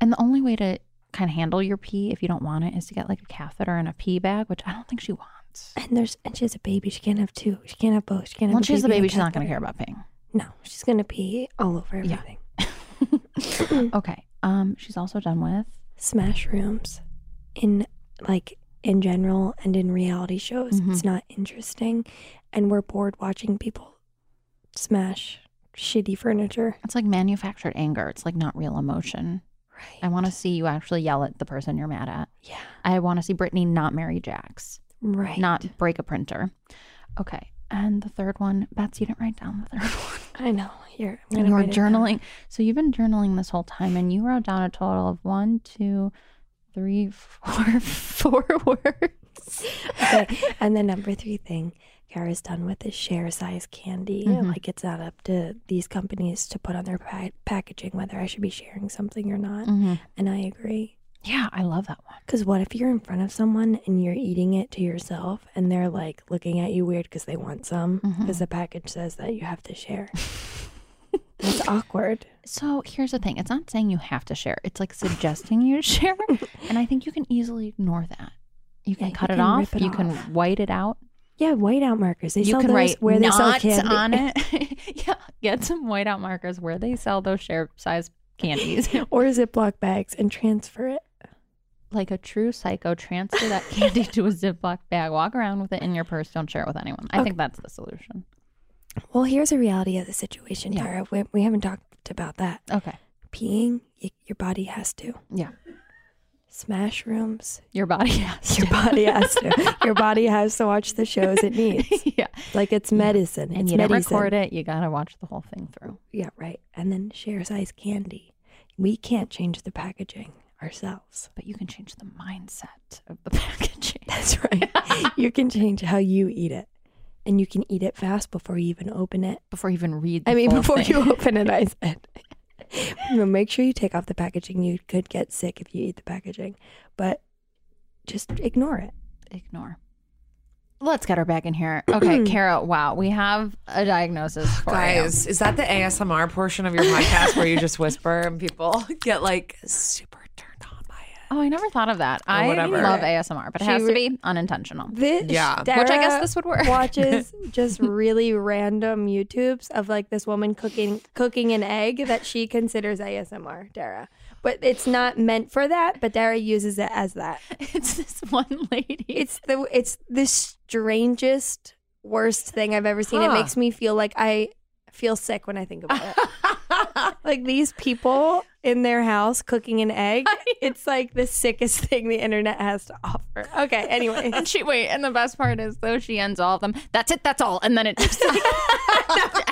And the only way to kind of handle your pee if you don't want it is to get like a catheter and a pee bag, which I don't think she wants. And there's and she has a baby. She can't have two. She can't have both. She can't have. Once she has a and baby, she's not going catheter. to care about peeing. No, she's gonna pee all over Yeah. everything. Hmm. Okay. Um, she's also done with. Smash rooms, in like in general and in reality shows, it's not interesting, and we're bored watching people smash shitty furniture. It's like manufactured anger. It's like not real emotion. Right. I want to see you actually yell at the person you're mad at. Yeah. I want to see Brittany not marry Jax, Right. not break a printer. Okay. And the third one, Bets, you didn't write down the third one. I know. Here. I'm And gonna you were write it down. journaling. So you've been journaling this whole time, and you wrote down a total of one, two, three, four, four words. Okay. and the number three thing, NPR has done with is share size candy. Like it's not up to these companies to put on their pa- packaging whether I should be sharing something or not. And I agree. Yeah, I love that one. Because what if you're in front of someone and you're eating it to yourself and they're like looking at you weird because they want some because the package says that you have to share? That's awkward. So here's the thing it's not saying you have to share, it's like suggesting you share. and I think you can easily ignore that. You can Yeah, you cut it can off, rip it you can off. white it out. Yeah, whiteout markers. They you sell can those write where they sell not candy. on it. yeah, get some whiteout markers where they sell those share size candies. or Ziploc bags and transfer it. like a true psycho, transfer that candy to a Ziploc bag, walk around with it in your purse, don't share it with anyone. I think that's the solution. Well, here's a reality of the situation, Yeah. Tara. We, we haven't talked about that. Okay. Peeing, y- your body has to. Yeah. Smash rooms, Your body has your body has to. your body has to watch the shows it needs. yeah. Like it's medicine. And it's you medicine. don't record it, you gotta watch the whole thing through. Yeah, right. And then share size candy. We can't change the packaging ourselves. But you can change the mindset of the packaging. That's right. you can change how you eat it. And you can eat it fast before you even open it. Before you even read the I mean, full before thing. you open it, I said. You know, make sure you take off the packaging. You could get sick if you eat the packaging, but just ignore it. ignore. Let's get her back in here. Okay, Kara, wow, we have a diagnosis for you. Guys, is that the ASMR portion of your podcast where you just whisper and people get like super turned on by it? Oh, I never thought of that. I whatever. love ASMR, but it She has to re- be unintentional. This, Yeah. Which I guess Dara this would work. watches just really random YouTubes of like this woman cooking cooking an egg that she considers ASMR, Dara. But it's not meant for that. But Dara uses it as that. It's this one lady. It's the it's the strangest, worst thing I've ever seen. It Huh. makes me feel like I feel sick when I think about it. like these people in their house cooking an egg. It's like the sickest thing the internet has to offer. Okay, anyway. and she wait, and the best part is though she ends all of them. That's it. That's all. And then it just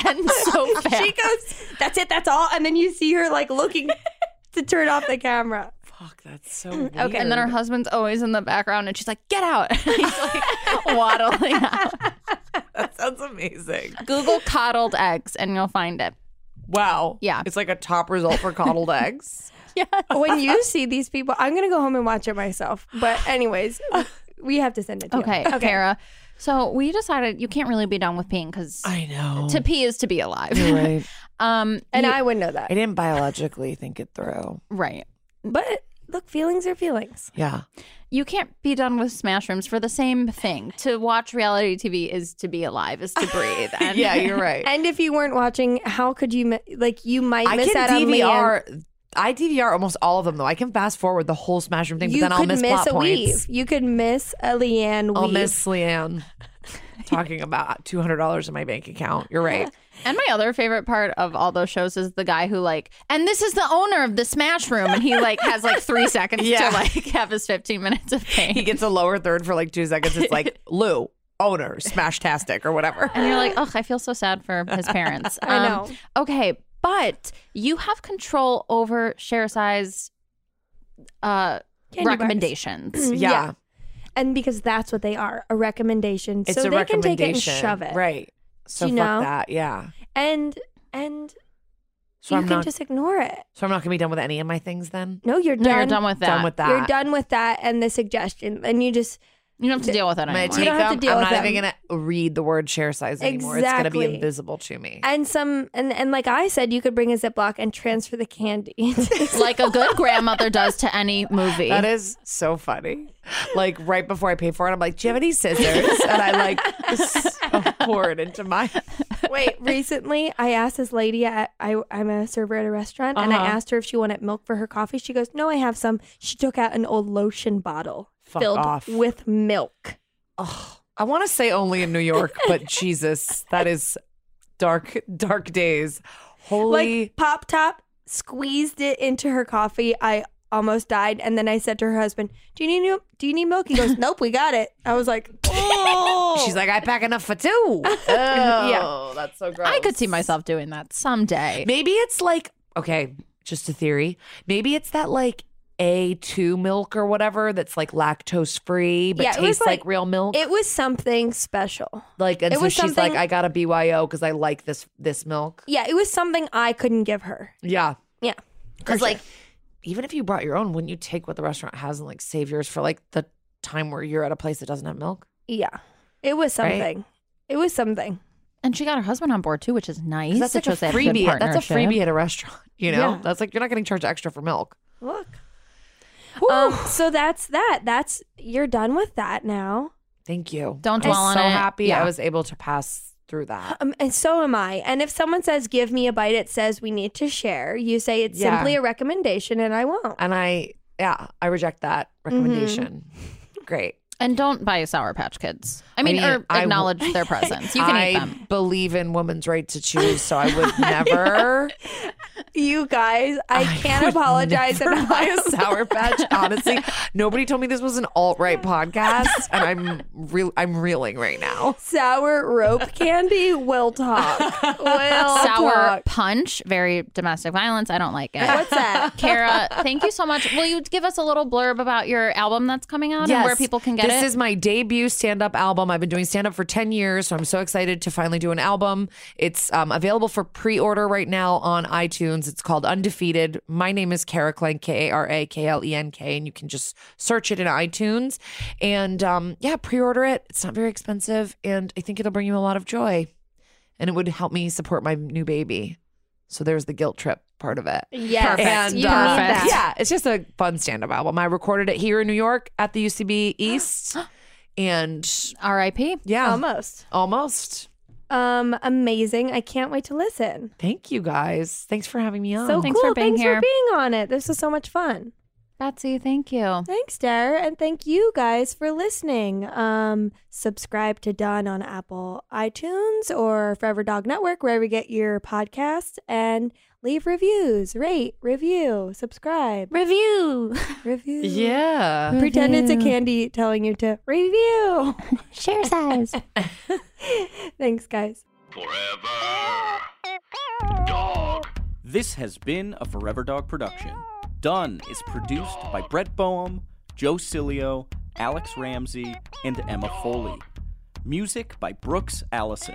ends so fast. she goes, That's it, that's all. And then you see her like looking to turn off the camera. Fuck, that's so Mm, weird. Okay, and then her husband's always in the background, and she's like, "Get out!" He's like waddling out. That sounds amazing. Google coddled eggs, and you'll find it. Wow. Yeah. It's like a top result for coddled eggs. When you see these people, I'm gonna go home and watch it myself. But anyways, we have to send it to you. Okay, Kara. So we decided you can't really be done with peeing because I know. to pee is to be alive. Right. Um, And I would know that. I didn't biologically think it through. right. But look, feelings are feelings. Yeah. You can't be done with smash rooms for the same thing. To watch reality TV is to be alive, is to breathe. And Yeah, you're right. And if you weren't watching, how could you mi- like you might I miss can out on Leanne. DVR. I DVR almost all of them though. I can fast forward the whole Smash Room thing, You but then I'll could miss, miss, plot a points. weave. You could miss a Leanne I'll weave. miss Leanne talking about two hundred dollars in my bank account. You're right. And my other favorite part of all those shows is the guy who like, and this is the owner of the smash room, and he like has like three seconds Yeah. to like have his fifteen minutes of He pain. gets a lower third for like two seconds. It's like Lou owner Smash Tastic or whatever. And you're like, oh, I feel so sad for his parents. Um, I know. Okay, but you have control over share size uh, Candy bars. recommendations. Yeah, Mm-hmm. Yeah. And because that's what they are, a recommendation. it's so a they can recommendation. take it and shove it. Right. So You fuck know? that. Yeah. And and So you I'm can not. just ignore it. so I'm not gonna be done with any of my things then. No, you're No, done. you're done with that. Done with that. You're done with that and the suggestion. And you just You don't have to deal with it I'm gonna anymore. take don't have to them. deal I'm with not even them. gonna read the word share size anymore. It's gonna be Exactly. invisible to me. and some and, and like I said, you could bring a Ziploc and transfer the candy. like a good grandmother does to any movie. That is so funny. Like right before I pay for it, I'm like, "Do you have any scissors?" And I like s- pour it into my. Wait, recently I asked this lady at I I'm a server at a restaurant and I Uh-huh. asked her if she wanted milk for her coffee. She goes, "No, I have some." She took out an old lotion bottle Fuck filled off. with milk. I want to say only in New York, but Jesus, that is dark, dark days. Holy, Like pop top squeezed it into her coffee. I almost died and then I said to her husband, "Do you need do you need milk?" He goes, "Nope, we got it." I was like, "Oh." she's like, I pack enough for two. Oh, yeah, Oh, that's so gross. I could see myself doing that someday. Maybe it's like okay, just a theory. Maybe it's that like A2 milk or whatever that's like lactose free but Yeah, it was tastes like, like- real milk. It was something special. like and it so was she's something- like I got a BYO cuz I like this this milk. Yeah, it was something I couldn't give her. Yeah. Yeah. Cuz like even if you brought your own wouldn't you take what the restaurant has and like save yours for like the time where you're at a place that doesn't have milk? Yeah. It was Right? something. It was something. And she got her husband on board too, which is nice. 'Cause That's It shows a they have good freebie. That's a partnership. freebie at a restaurant, you know? Yeah. That's like you're not getting charged extra for milk. Look. Um, so that's that. That's you're done with that now. Thank you. Don't I'm dwell on so it. happy Yeah. I was able to pass through that. Um, and so am I. And if someone says, "Give me a bite," it says we need to share. You say it's Yeah. simply a recommendation, and I won't. And I yeah, I reject that recommendation. Mm-hmm. Great. And don't buy Sour Patch Kids. I mean, mean, or I w- acknowledge their presence. You can I eat them. believe in women's right to choose, so I would never You guys, I, can't would apologize never enough. buy a sour patch. Honestly, nobody told me this was an alt right podcast, and I'm real. I'm reeling right now. Sour rope candy will talk. Will Sour talk. punch, very domestic violence. I don't like it. What's that? Kara, thank you so much. Will you give us a little blurb about your album that's coming out and where people can get this it? This is my debut stand up album. I've been doing stand up for 10 years, so I'm so excited to finally do an album. It's um, available for pre order right now on iTunes. It's called Undefeated. My name is Kara Klenk, K A R A K L E N K, and you can just search it in iTunes. And um, yeah, pre order it. It's not very expensive, and I think it'll bring you a lot of joy. And it would help me support my new baby. So there's the guilt trip part of it. Yes. Perfect. And You need uh, that. yeah, it's just a fun stand up album. I recorded it here in New York at the UCB East. and R.I.P. yeah, Almost. almost. Um, amazing. I can't wait to listen. Thank you guys. Thanks for having me on. So Oh, Thanks for cool. being thanks here. for being on it. This was so much fun. Betsy, thank you. Thanks, Dara, and thank you guys for listening. Um, subscribe to Done on Apple iTunes or Forever Dog Network, wherever you get your podcasts, and leave reviews, rate, review, subscribe, Review. review. yeah. Pretend it's a candy telling you to review. Share size. Thanks, guys. Forever. Dog. This has been a Forever Dog production. Done is produced by Brett Boehm, Joe Cilio, Alex Ramsey, and Emma Foley. Music by Brooks Allison.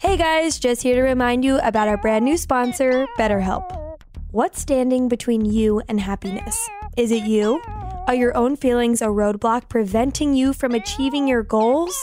Hey guys, just here to remind you about our brand new sponsor, BetterHelp. What's standing between you and happiness? Is it you? Are your own feelings a roadblock preventing you from achieving your goals?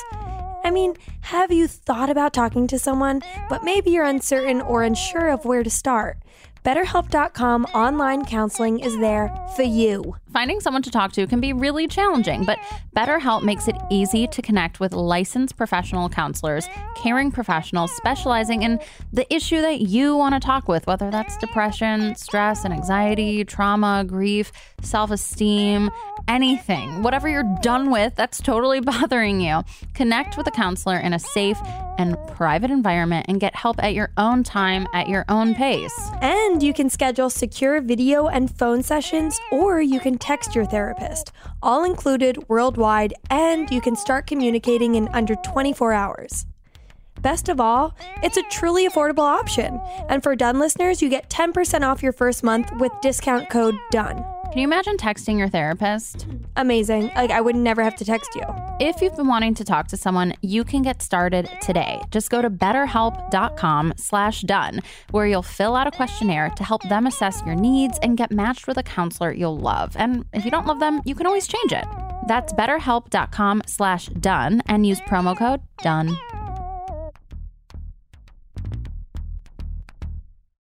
I mean, have you thought about talking to someone, but maybe you're uncertain or unsure of where to start? BetterHelp.com online counseling is there for you. Finding someone to talk to can be really challenging, but BetterHelp makes it easy to connect with licensed professional counselors, caring professionals specializing in the issue that you want to talk with, whether that's depression, stress and anxiety, trauma, grief, self esteem, anything. Whatever you're done with that's totally bothering you, connect with a counselor in a safe and private environment and get help at your own time, at your own pace. And you can schedule secure video and phone sessions, or you can text your therapist. All included worldwide, and you can start communicating in under 24 hours. Best of all, it's a truly affordable option. And for Done listeners, you get 10% off your first month with discount code DONE. Can you imagine texting your therapist? Amazing. Like, I would never have to text you. If you've been wanting to talk to someone, you can get started today. Just go to betterhelp.com slash done, where you'll fill out a questionnaire to help them assess your needs and get matched with a counselor you'll love. And if you don't love them, you can always change it. That's betterhelp.com slash done and use promo code done.